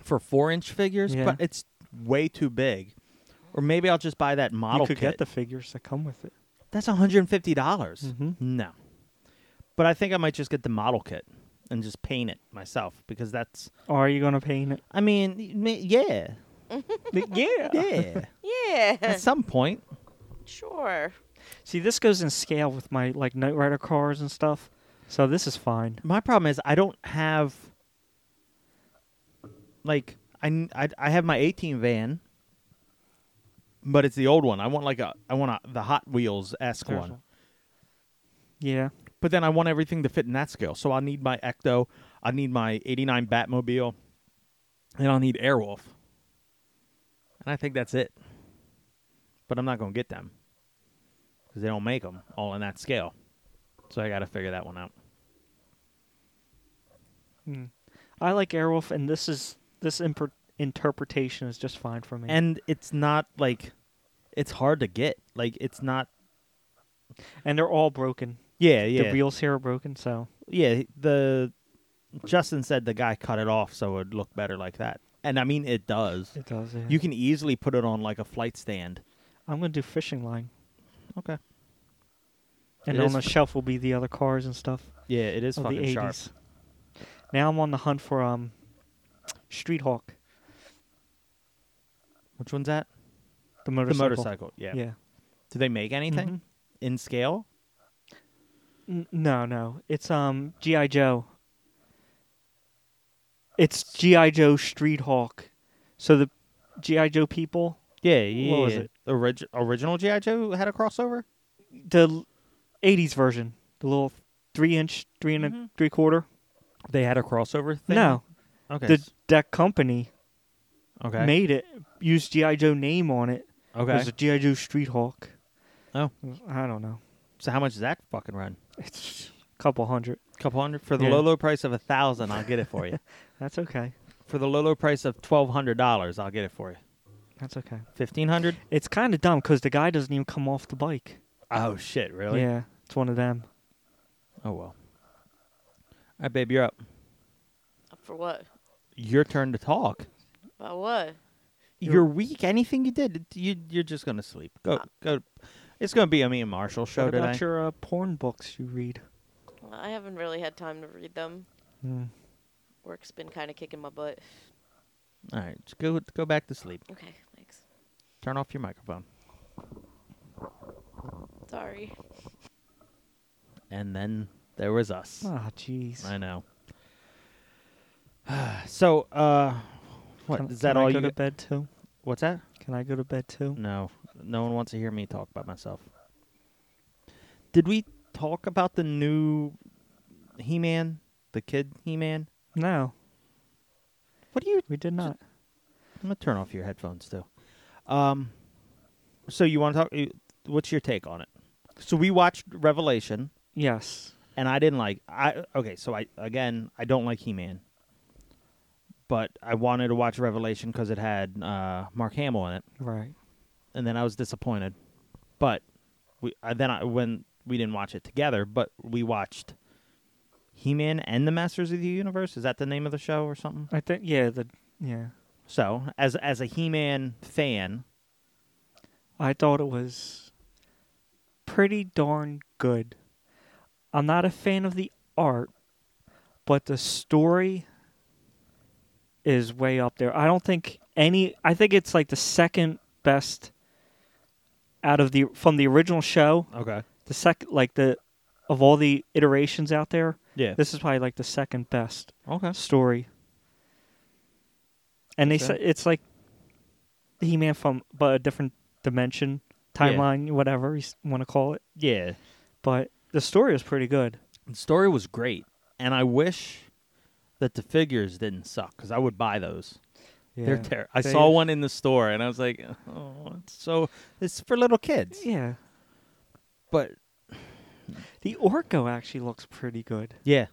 [SPEAKER 1] for four inch figures?
[SPEAKER 4] Yeah.
[SPEAKER 1] But it's way too big. Or maybe I'll just buy that model
[SPEAKER 4] you could
[SPEAKER 1] kit.
[SPEAKER 4] get the figures that come with it.
[SPEAKER 1] That's one hundred and fifty dollars.
[SPEAKER 4] Mhm.
[SPEAKER 1] No, but I think I might just get the model kit and just paint it myself because that's.
[SPEAKER 4] Or are you going to paint it?
[SPEAKER 1] I mean, me- yeah,
[SPEAKER 4] yeah.
[SPEAKER 1] yeah.
[SPEAKER 2] Yeah,
[SPEAKER 1] At some point,
[SPEAKER 2] sure.
[SPEAKER 4] See, this goes in scale with my like Knight Rider cars and stuff. So this is fine.
[SPEAKER 1] my problem is I don't have. Like I, n- I- I have my 18 van. But it's the old one. I want like a I want a, the Hot Wheels esque one.
[SPEAKER 4] Yeah.
[SPEAKER 1] But then I want everything to fit in that scale. So I need my Ecto. I need my 89 Batmobile. And I'll need Airwolf. And I think that's it. But I'm not going to get them. Because they don't make them all in that scale. So I got to figure that one out.
[SPEAKER 4] Hmm. I like Airwolf, and this is this imper- interpretation is just fine for me.
[SPEAKER 1] And it's not like. It's hard to get. Like, it's not.
[SPEAKER 4] and they're all broken.
[SPEAKER 1] Yeah, yeah.
[SPEAKER 4] The wheels here are broken, so
[SPEAKER 1] Yeah, the. Justin said the guy cut it off so it would look better like that. And I mean, it does.
[SPEAKER 4] it does. Yeah.
[SPEAKER 1] You can easily put it on like a flight stand.
[SPEAKER 4] I'm gonna do fishing line,
[SPEAKER 1] Okay.
[SPEAKER 4] and
[SPEAKER 1] It
[SPEAKER 4] on
[SPEAKER 1] is-
[SPEAKER 4] the shelf will be the other cars and stuff.
[SPEAKER 1] Yeah, it is
[SPEAKER 4] of
[SPEAKER 1] fucking
[SPEAKER 4] the 80s.
[SPEAKER 1] sharp.
[SPEAKER 4] Now I'm on the hunt for um, Street Hawk,
[SPEAKER 1] Which one's that?
[SPEAKER 4] the motorcycle.
[SPEAKER 1] The motorcycle. Yeah. Mm-hmm.
[SPEAKER 4] Yeah.
[SPEAKER 1] Do they make anything
[SPEAKER 4] Mhm.
[SPEAKER 1] in scale?
[SPEAKER 4] Mm-hmm. N- no, no, it's um GI Joe. It's GI Joe Street Hawk, so the GI Joe people,
[SPEAKER 1] Yeah, yeah.
[SPEAKER 4] What was
[SPEAKER 1] yeah.
[SPEAKER 4] it?
[SPEAKER 1] Orig- original GI Joe had a crossover.
[SPEAKER 4] the l- '80s version, the little three inch, three and a
[SPEAKER 1] Mhm.
[SPEAKER 4] three quarter.
[SPEAKER 1] They had a crossover thing.
[SPEAKER 4] No,
[SPEAKER 1] Okay.
[SPEAKER 4] the that company
[SPEAKER 1] okay.
[SPEAKER 4] made it, used GI Joe name on it.
[SPEAKER 1] okay.
[SPEAKER 4] It was a GI Joe Street Hawk.
[SPEAKER 1] Oh.
[SPEAKER 4] I don't know.
[SPEAKER 1] so how much does that fucking run?
[SPEAKER 4] It's a couple hundred.
[SPEAKER 1] Couple hundred for the
[SPEAKER 4] Yeah.
[SPEAKER 1] low low price of a thousand. I'll get it for you.
[SPEAKER 4] That's okay.
[SPEAKER 1] for the low low price of twelve hundred dollars, I'll get it for you.
[SPEAKER 4] That's okay.
[SPEAKER 1] Fifteen hundred.
[SPEAKER 4] It's kind of dumb because the guy doesn't even come off the bike.
[SPEAKER 1] Oh shit! Really?
[SPEAKER 4] Yeah, it's one of them.
[SPEAKER 1] Oh well. All right, babe, you're up.
[SPEAKER 2] Up for what?
[SPEAKER 1] Your turn to talk.
[SPEAKER 2] About what?
[SPEAKER 1] You're weak. Anything you did, you you're just gonna sleep. Go go. It's gonna be a me and Marshall show
[SPEAKER 4] Uh, what
[SPEAKER 1] today.
[SPEAKER 4] about your uh, porn books you read?
[SPEAKER 2] Well, I haven't really had time to read them.
[SPEAKER 1] Hmm.
[SPEAKER 4] Mm.
[SPEAKER 2] Work's been kind of kicking my butt.
[SPEAKER 1] All right, just go go back to sleep.
[SPEAKER 2] Okay, thanks.
[SPEAKER 1] Turn off your microphone,
[SPEAKER 2] Sorry.
[SPEAKER 1] and then there was us.
[SPEAKER 4] Ah, jeez.
[SPEAKER 1] I know. so, uh, what is
[SPEAKER 4] Can-
[SPEAKER 1] that
[SPEAKER 4] can I
[SPEAKER 1] all
[SPEAKER 4] go
[SPEAKER 1] you?
[SPEAKER 4] to bed Oh. too?
[SPEAKER 1] What's that?
[SPEAKER 4] Can I go to bed too?
[SPEAKER 1] No, no one wants to hear me talk about myself. Did we talk about the new He-Man, the kid He-Man?
[SPEAKER 4] No,
[SPEAKER 1] What do you?
[SPEAKER 4] we did not.
[SPEAKER 1] I'm gonna turn off your headphones too. Um, so you want to talk? you- What's your take on it? So we watched Revelation.
[SPEAKER 4] Yes.
[SPEAKER 1] and I didn't like I okay, so I again I don't like He Man. but I wanted to watch Revelation because it had uh, Mark Hamill in it,
[SPEAKER 4] Right.
[SPEAKER 1] and then I was disappointed. But we I, then I, when we didn't watch it together, but we watched He Man and the Masters of the Universe. Is that the name of the show or something?
[SPEAKER 4] I think yeah, the yeah.
[SPEAKER 1] So as as a He Man fan,
[SPEAKER 4] I thought it was pretty darn good. I'm not a fan of the art, but the story is way up there. I don't think any I think it's like the second best out of the from the original show.
[SPEAKER 1] okay,
[SPEAKER 4] The second like the of all the iterations out there,
[SPEAKER 1] yeah,
[SPEAKER 4] this is probably like the second best
[SPEAKER 1] okay,
[SPEAKER 4] story. And they
[SPEAKER 1] Okay.
[SPEAKER 4] said it's like He Man from but a different dimension,
[SPEAKER 1] Yeah.
[SPEAKER 4] timeline, whatever you want to call it.
[SPEAKER 1] yeah.
[SPEAKER 4] But the story was pretty good.
[SPEAKER 1] The story was great, and I wish that the figures didn't suck because I would buy those. They're ter- I
[SPEAKER 4] They-
[SPEAKER 1] saw one in the store, and I was like, "Oh, it's so it's for little kids."
[SPEAKER 4] Yeah,
[SPEAKER 1] But
[SPEAKER 4] the Orco actually looks pretty good,
[SPEAKER 1] yeah,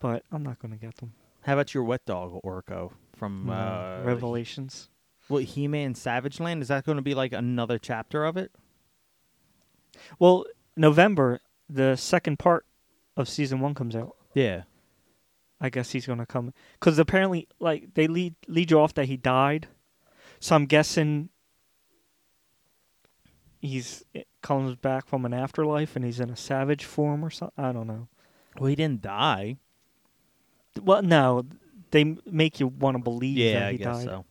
[SPEAKER 4] but I'm not gonna get them.
[SPEAKER 1] how about your wet dog Orko from
[SPEAKER 4] No.
[SPEAKER 1] uh,
[SPEAKER 4] Revelations.
[SPEAKER 1] Well, He-Man Savage Land is that going to be like another chapter of it?
[SPEAKER 4] Well, November, the second part of season one comes out.
[SPEAKER 1] Yeah,
[SPEAKER 4] I guess he's gonna come because apparently, like they lead lead you off that he died, so I'm guessing he's it comes back from an afterlife and he's in a savage form or something. I don't know.
[SPEAKER 1] well, he didn't die.
[SPEAKER 4] Well, no, they m- make you want to believe
[SPEAKER 1] Yeah,
[SPEAKER 4] that
[SPEAKER 1] I
[SPEAKER 4] he
[SPEAKER 1] guess
[SPEAKER 4] died.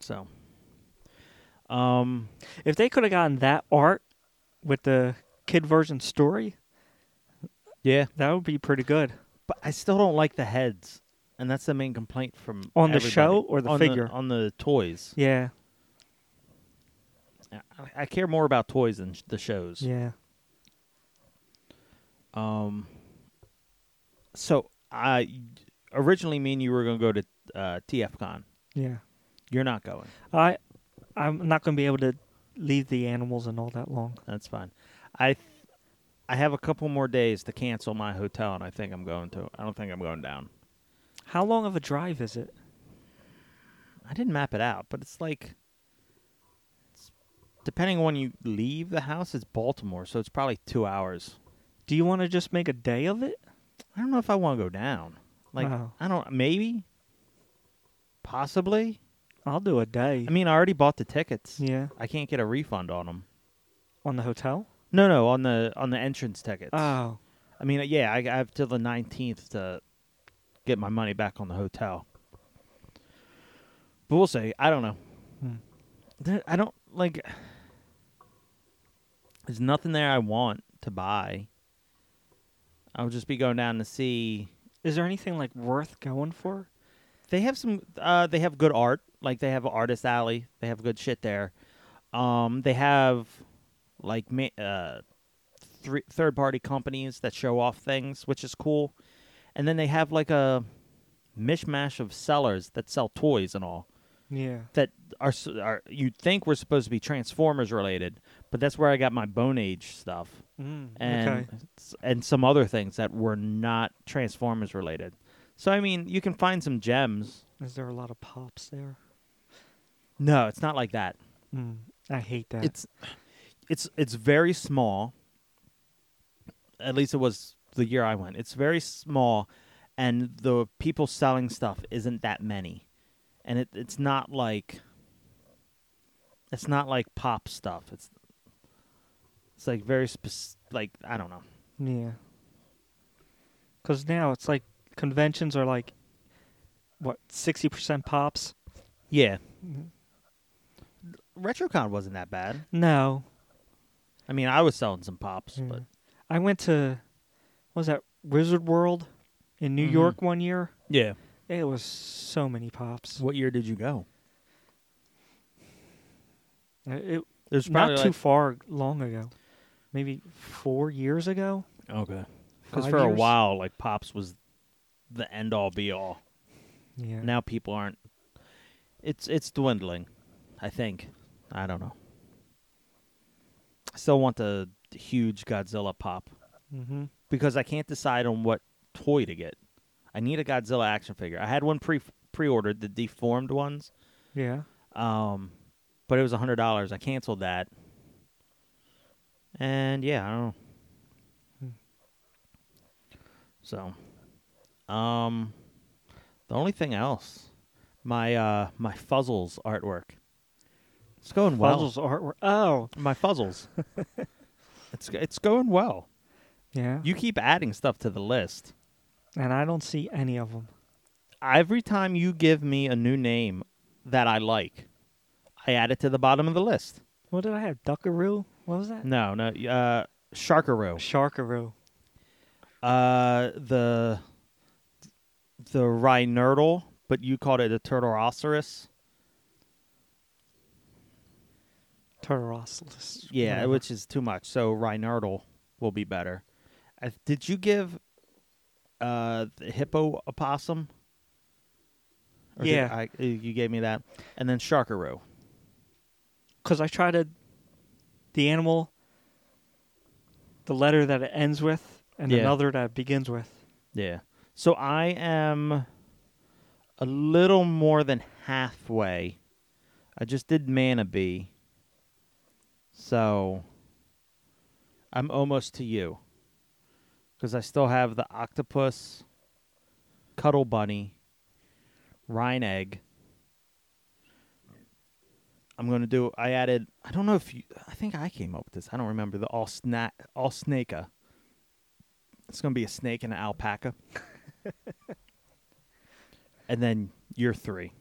[SPEAKER 1] so. So, um,
[SPEAKER 4] If they could have gotten that art with the kid version story,
[SPEAKER 1] yeah,
[SPEAKER 4] that would be pretty good.
[SPEAKER 1] but I still don't like the heads, and that's the main complaint from
[SPEAKER 4] On the
[SPEAKER 1] everybody.
[SPEAKER 4] show or the
[SPEAKER 1] On
[SPEAKER 4] figure?
[SPEAKER 1] on the toys.
[SPEAKER 4] Yeah,
[SPEAKER 1] I- I care more about toys than sh- the shows.
[SPEAKER 4] yeah.
[SPEAKER 1] Um. So I originally me and you were gonna go to uh, TFCon.
[SPEAKER 4] Yeah.
[SPEAKER 1] You're not going.
[SPEAKER 4] I I'm not gonna be able to leave the animals and all that long.
[SPEAKER 1] That's fine. I th- I have a couple more days to cancel my hotel, and I think I'm going to. I don't think I'm going down.
[SPEAKER 4] How long of a drive is it?
[SPEAKER 1] I didn't map it out, but it's like. it's- Depending on when you leave the house, it's Baltimore, so it's probably two hours.
[SPEAKER 4] Do you want to just make a day of it?
[SPEAKER 1] I don't know if I want to go down. Like
[SPEAKER 4] Wow.
[SPEAKER 1] I don't. Maybe. Possibly.
[SPEAKER 4] I'll do a day.
[SPEAKER 1] I mean, I already bought the tickets.
[SPEAKER 4] yeah,
[SPEAKER 1] I can't get a refund on them.
[SPEAKER 4] on the hotel.
[SPEAKER 1] No, no, on the on the entrance tickets.
[SPEAKER 4] Oh,
[SPEAKER 1] I mean, uh, yeah, I, I have till the nineteenth to get my money back on the hotel. But we'll say I don't know.
[SPEAKER 4] Hmm.
[SPEAKER 1] There, I don't like. There's nothing there I want to buy. I'll just be going down to see.
[SPEAKER 4] is there anything like worth going for?
[SPEAKER 1] They have some. Uh, they have good art. Like they have Artist Alley. They have good shit there. Um, they have like ma- uh, three third party companies that show off things, which is cool. And then they have like a mishmash of sellers that sell toys and all
[SPEAKER 4] Yeah.
[SPEAKER 1] that are, s- are you'd think were supposed to be Transformers related, but that's where I got my Bone Age stuff
[SPEAKER 4] Mm,
[SPEAKER 1] and
[SPEAKER 4] okay.
[SPEAKER 1] s- and some other things that were not Transformers related. So I mean, you can find some gems.
[SPEAKER 4] Is there a lot of pops there?
[SPEAKER 1] No, it's not like that.
[SPEAKER 4] Mm, I hate that.
[SPEAKER 1] It's it's it's very small. At least it was the year I went. It's very small and the people selling stuff isn't that many. And it it's not like it's not like pop stuff. It's it's like very spec- like I don't know.
[SPEAKER 4] yeah. Because now it's like conventions are like what sixty percent pops.
[SPEAKER 1] Yeah. Mm-hmm. RetroCon wasn't that bad.
[SPEAKER 4] No,
[SPEAKER 1] I mean, I was selling some pops,
[SPEAKER 4] Yeah.
[SPEAKER 1] but
[SPEAKER 4] I went to what was that Wizard World in New
[SPEAKER 1] Mhm.
[SPEAKER 4] York one year.
[SPEAKER 1] yeah.
[SPEAKER 4] It was so many pops.
[SPEAKER 1] What year did you go?
[SPEAKER 4] Uh, It,
[SPEAKER 1] There's
[SPEAKER 4] not
[SPEAKER 1] probably
[SPEAKER 4] too
[SPEAKER 1] like-
[SPEAKER 4] far long ago, maybe four years ago.
[SPEAKER 1] Okay. Because
[SPEAKER 4] Five
[SPEAKER 1] for a
[SPEAKER 4] years?
[SPEAKER 1] while, like pops was the end all be all.
[SPEAKER 4] Yeah.
[SPEAKER 1] Now people aren't. It's it's dwindling, I think. I don't know. I still want the huge Godzilla pop
[SPEAKER 4] Mm-hmm.
[SPEAKER 1] because I can't decide on what toy to get. I I need a Godzilla action figure. I had one pre pre ordered, the deformed ones,
[SPEAKER 4] Yeah.
[SPEAKER 1] um, but it was hundred dollars. I canceled that, and yeah, I don't know. So, um, the only thing else, my uh, my Fuzzles artwork. It's going well.
[SPEAKER 4] Puzzles artwork. Oh.
[SPEAKER 1] My Fuzzles. it's it's going well.
[SPEAKER 4] Yeah.
[SPEAKER 1] You keep adding stuff to the list.
[SPEAKER 4] and I don't see any of them.
[SPEAKER 1] Every time you give me a new name that I like, I add it to the bottom of the list.
[SPEAKER 4] What did I have? Duckaroo? What was that?
[SPEAKER 1] No, no, uh, Sharkaroo.
[SPEAKER 4] Sharkaroo.
[SPEAKER 1] Uh, the the Rhinurdle, but you called it a Turtleoceros.
[SPEAKER 4] Turtleoceros.
[SPEAKER 1] Yeah,
[SPEAKER 4] whatever.
[SPEAKER 1] which is too much. So Rhinurdle will be better. Uh, did you give uh the hippo opossum? Or did
[SPEAKER 4] Yeah.
[SPEAKER 1] I, you gave me that, and then Sharkaroo.
[SPEAKER 4] because I try to the animal, the letter that it ends with, and
[SPEAKER 1] Yeah.
[SPEAKER 4] another that it begins with.
[SPEAKER 1] Yeah. So I am a little more than halfway. I just did Manabee. So I'm almost to you. Because I still have the octopus, cuddle bunny, Rhine egg. I'm gonna do. I added. I don't know if you. I think I came up with this. I don't remember the all snack all snaka. It's gonna be a snake and an alpaca. and then you're three.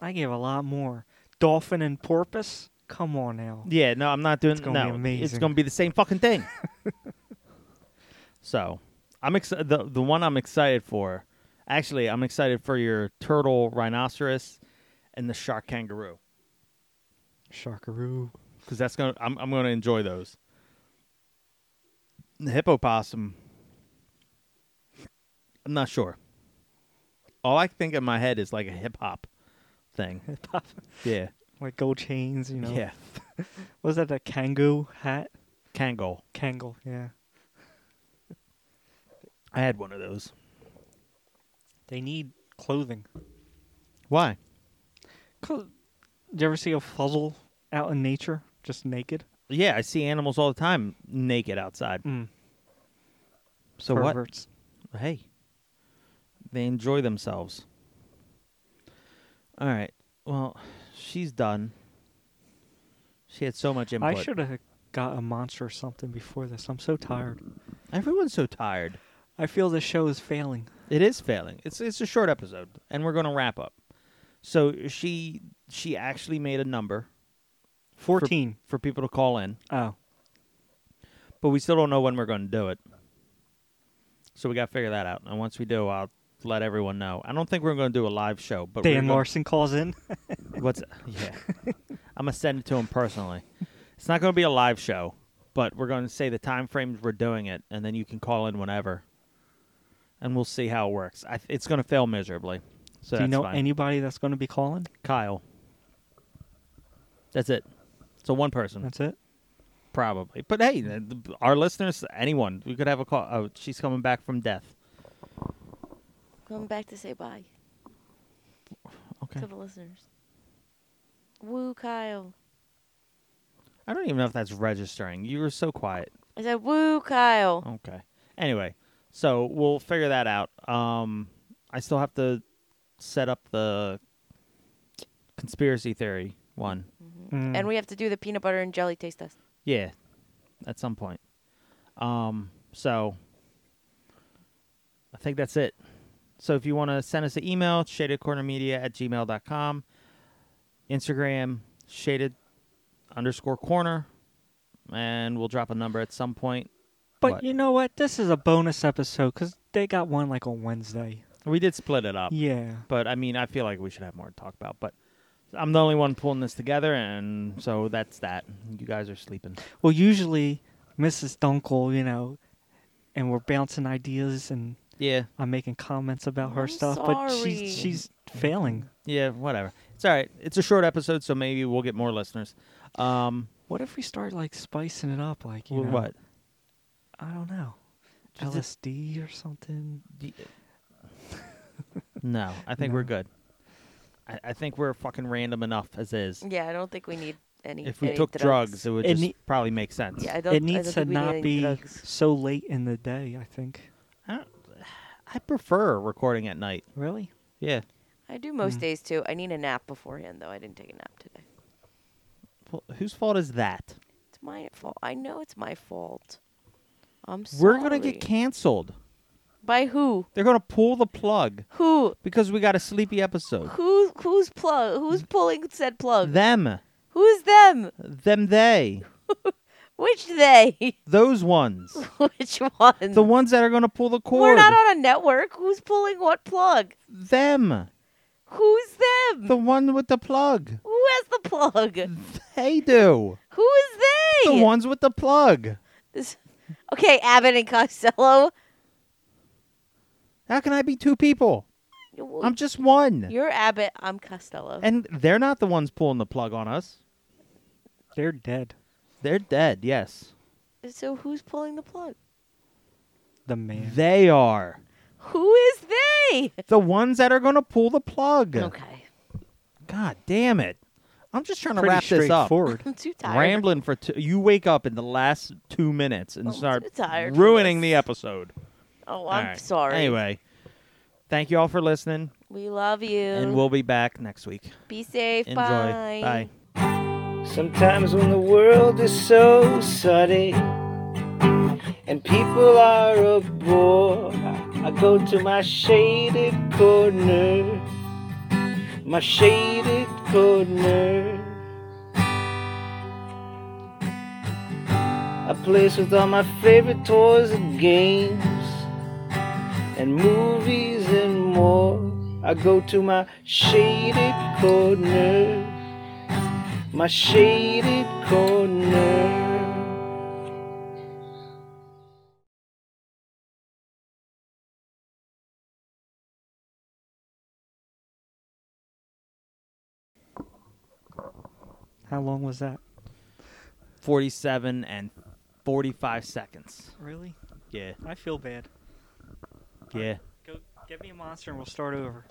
[SPEAKER 4] I gave a lot more. Dolphin and porpoise. Come on now.
[SPEAKER 1] Yeah, no, I'm not doing.
[SPEAKER 4] It's gonna be
[SPEAKER 1] no, it's
[SPEAKER 4] amazing.
[SPEAKER 1] gonna be the same fucking thing. so, I'm excited. The the one I'm excited for, actually, I'm excited for your turtle rhinoceros, and the shark kangaroo,
[SPEAKER 4] Sharkaroo.
[SPEAKER 1] because that's gonna. I'm I'm gonna enjoy those. The hippo possum. I'm not sure. All I think in my head is like a hip hop thing. Yeah.
[SPEAKER 4] like gold chains. You know.
[SPEAKER 1] Yeah.
[SPEAKER 4] Was that a kangaroo hat?
[SPEAKER 1] Kangol.
[SPEAKER 4] Kangle. Yeah.
[SPEAKER 1] I had one of those.
[SPEAKER 4] They need clothing.
[SPEAKER 1] Why?
[SPEAKER 4] Cause, do you ever see a fuzzle out in nature, just naked?
[SPEAKER 1] Yeah, I see animals all the time naked outside.
[SPEAKER 4] Mm.
[SPEAKER 1] So
[SPEAKER 4] Perverts.
[SPEAKER 1] what? Hey. They enjoy themselves. All right. Well, she's done. She had so much input.
[SPEAKER 4] I should have got a monster or something before this. I'm so tired.
[SPEAKER 1] Everyone's so tired.
[SPEAKER 4] I feel this show is failing.
[SPEAKER 1] It is failing. It's it's a short episode, and we're going to wrap up. So she she actually made a number for-
[SPEAKER 4] 14.
[SPEAKER 1] for people to call in.
[SPEAKER 4] Oh.
[SPEAKER 1] but we still don't know when we're going to do it. So we got to figure that out. And once we do, I'll let everyone know. I don't think we're going to do a live show, but we're
[SPEAKER 4] Dan
[SPEAKER 1] gonna-
[SPEAKER 4] Larson calls in.
[SPEAKER 1] What's yeah? I'm gonna send it to him personally. It's not going to be a live show, but we're going to say the time frames we're doing it, and then you can call in whenever, and we'll see how it works. I, it's going to fail miserably. So
[SPEAKER 4] Do you
[SPEAKER 1] that's
[SPEAKER 4] know
[SPEAKER 1] fine.
[SPEAKER 4] anybody that's going to be calling?
[SPEAKER 1] Kyle? That's it. So one person.
[SPEAKER 4] That's it.
[SPEAKER 1] Probably, but hey, th- th- our listeners, anyone, we could have a call. Oh, she's coming back from death.
[SPEAKER 2] Come back to say bye
[SPEAKER 1] Okay,
[SPEAKER 2] to the listeners. Woo, Kyle.
[SPEAKER 1] I don't even know if that's registering. You were so quiet.
[SPEAKER 2] I said, woo, Kyle.
[SPEAKER 1] Okay. Anyway, so we'll figure that out. Um, I still have to set up the conspiracy theory one. Mm.
[SPEAKER 4] Mm.
[SPEAKER 2] And we have to do the peanut butter and jelly taste test.
[SPEAKER 1] Yeah, at some point. Um, so I think that's it. So if you want to send us an email, shadedcornermedia at gmail.com, Instagram, shaded underscore corner, and we'll drop a number at some point.
[SPEAKER 4] but
[SPEAKER 1] what?
[SPEAKER 4] you know what? This is a bonus episode because they got one like on Wednesday.
[SPEAKER 1] We did split it up,
[SPEAKER 4] Yeah.
[SPEAKER 1] but I mean, I feel like we should have more to talk about. But I'm the only one pulling this together, and so that's that. You guys are sleeping.
[SPEAKER 4] Well, usually Mrs. Dunkel, you know, and we're bouncing ideas and
[SPEAKER 1] Yeah,
[SPEAKER 4] I'm making comments about her
[SPEAKER 2] I'm
[SPEAKER 4] stuff, but
[SPEAKER 2] sorry.
[SPEAKER 4] she's she's failing.
[SPEAKER 1] yeah, whatever. It's all right. It's a short episode, so maybe we'll get more listeners. Um,
[SPEAKER 4] What if we start like spicing it up, like you
[SPEAKER 1] wh-
[SPEAKER 4] know,
[SPEAKER 1] what?
[SPEAKER 4] I don't know,
[SPEAKER 1] Just a-
[SPEAKER 4] LSD or something.
[SPEAKER 1] D- No, I think we're
[SPEAKER 4] No.
[SPEAKER 1] good. I, I think we're fucking random enough as is.
[SPEAKER 2] Yeah, I don't think we need any.
[SPEAKER 1] If we
[SPEAKER 2] any
[SPEAKER 1] took drugs,
[SPEAKER 2] drugs
[SPEAKER 1] it would
[SPEAKER 4] It
[SPEAKER 1] just
[SPEAKER 4] nee-
[SPEAKER 1] probably make sense.
[SPEAKER 2] yeah, I don't.
[SPEAKER 4] It
[SPEAKER 2] I
[SPEAKER 4] needs
[SPEAKER 2] don't
[SPEAKER 4] to
[SPEAKER 2] think we need
[SPEAKER 4] not
[SPEAKER 2] any
[SPEAKER 4] be
[SPEAKER 2] drugs.
[SPEAKER 4] so late in the day. I think.
[SPEAKER 1] I, don't, I prefer recording at night.
[SPEAKER 4] Really?
[SPEAKER 1] Yeah.
[SPEAKER 2] I do most
[SPEAKER 4] Mm.
[SPEAKER 2] days too. I need a nap beforehand, though. I didn't take a nap today.
[SPEAKER 1] Well, whose fault is that?
[SPEAKER 2] It's my fault. I know it's my fault. I'm sorry.
[SPEAKER 1] We're gonna get canceled.
[SPEAKER 2] by who?
[SPEAKER 1] They're gonna pull the plug
[SPEAKER 2] Who?
[SPEAKER 1] because we got a sleepy episode.
[SPEAKER 2] Who? Who's plug? Who's pulling said plug?
[SPEAKER 1] Them,
[SPEAKER 2] Who's them?
[SPEAKER 1] them, they,
[SPEAKER 2] Which they?
[SPEAKER 1] those ones,
[SPEAKER 2] Which one?
[SPEAKER 1] the ones that are gonna pull the cord.
[SPEAKER 2] Mm. We're not on a network. Who's pulling what plug?
[SPEAKER 1] them,
[SPEAKER 2] Mm. Who's them?
[SPEAKER 1] the one with the plug.
[SPEAKER 2] Who has the plug?
[SPEAKER 1] They do.
[SPEAKER 2] Who is they?
[SPEAKER 1] The ones with the plug.
[SPEAKER 2] This- okay, Abbott and Costello.
[SPEAKER 1] How can I be two people? I'm just one.
[SPEAKER 2] You're Abbott. I'm Costello.
[SPEAKER 1] And they're not the ones pulling the plug on us.
[SPEAKER 4] They're dead.
[SPEAKER 1] They're dead, yes.
[SPEAKER 2] so who's pulling the plug?
[SPEAKER 4] The man.
[SPEAKER 1] They are.
[SPEAKER 2] Who is they?
[SPEAKER 1] The ones that are going to pull the plug.
[SPEAKER 2] Okay,
[SPEAKER 1] God damn it. I'm just trying to
[SPEAKER 4] Pretty
[SPEAKER 1] wrap this up.
[SPEAKER 4] straightforward.
[SPEAKER 2] I'm too tired.
[SPEAKER 1] Rambling for two. You wake up in the last two minutes and
[SPEAKER 2] Oh, I'm
[SPEAKER 1] start
[SPEAKER 2] too tired for
[SPEAKER 1] ruining
[SPEAKER 2] this.
[SPEAKER 1] the episode.
[SPEAKER 2] Oh,
[SPEAKER 1] All
[SPEAKER 2] I'm
[SPEAKER 1] right.
[SPEAKER 2] sorry.
[SPEAKER 1] Anyway, thank you all for listening,
[SPEAKER 2] we love you.
[SPEAKER 1] and we'll be back next week.
[SPEAKER 2] be safe.
[SPEAKER 1] Enjoy.
[SPEAKER 2] Bye.
[SPEAKER 1] Bye.
[SPEAKER 3] Sometimes when the world is so sunny and people are a bore, I go to my shaded corner, my shaded corner, a place with all my favorite toys and games and movies and more. I go to my shaded corner my shaded corner.
[SPEAKER 4] How long was that?
[SPEAKER 1] 47 and 45 seconds.
[SPEAKER 4] Really?
[SPEAKER 1] Yeah,
[SPEAKER 4] I feel bad.
[SPEAKER 1] yeah.
[SPEAKER 4] Go get me a monster and we'll start over.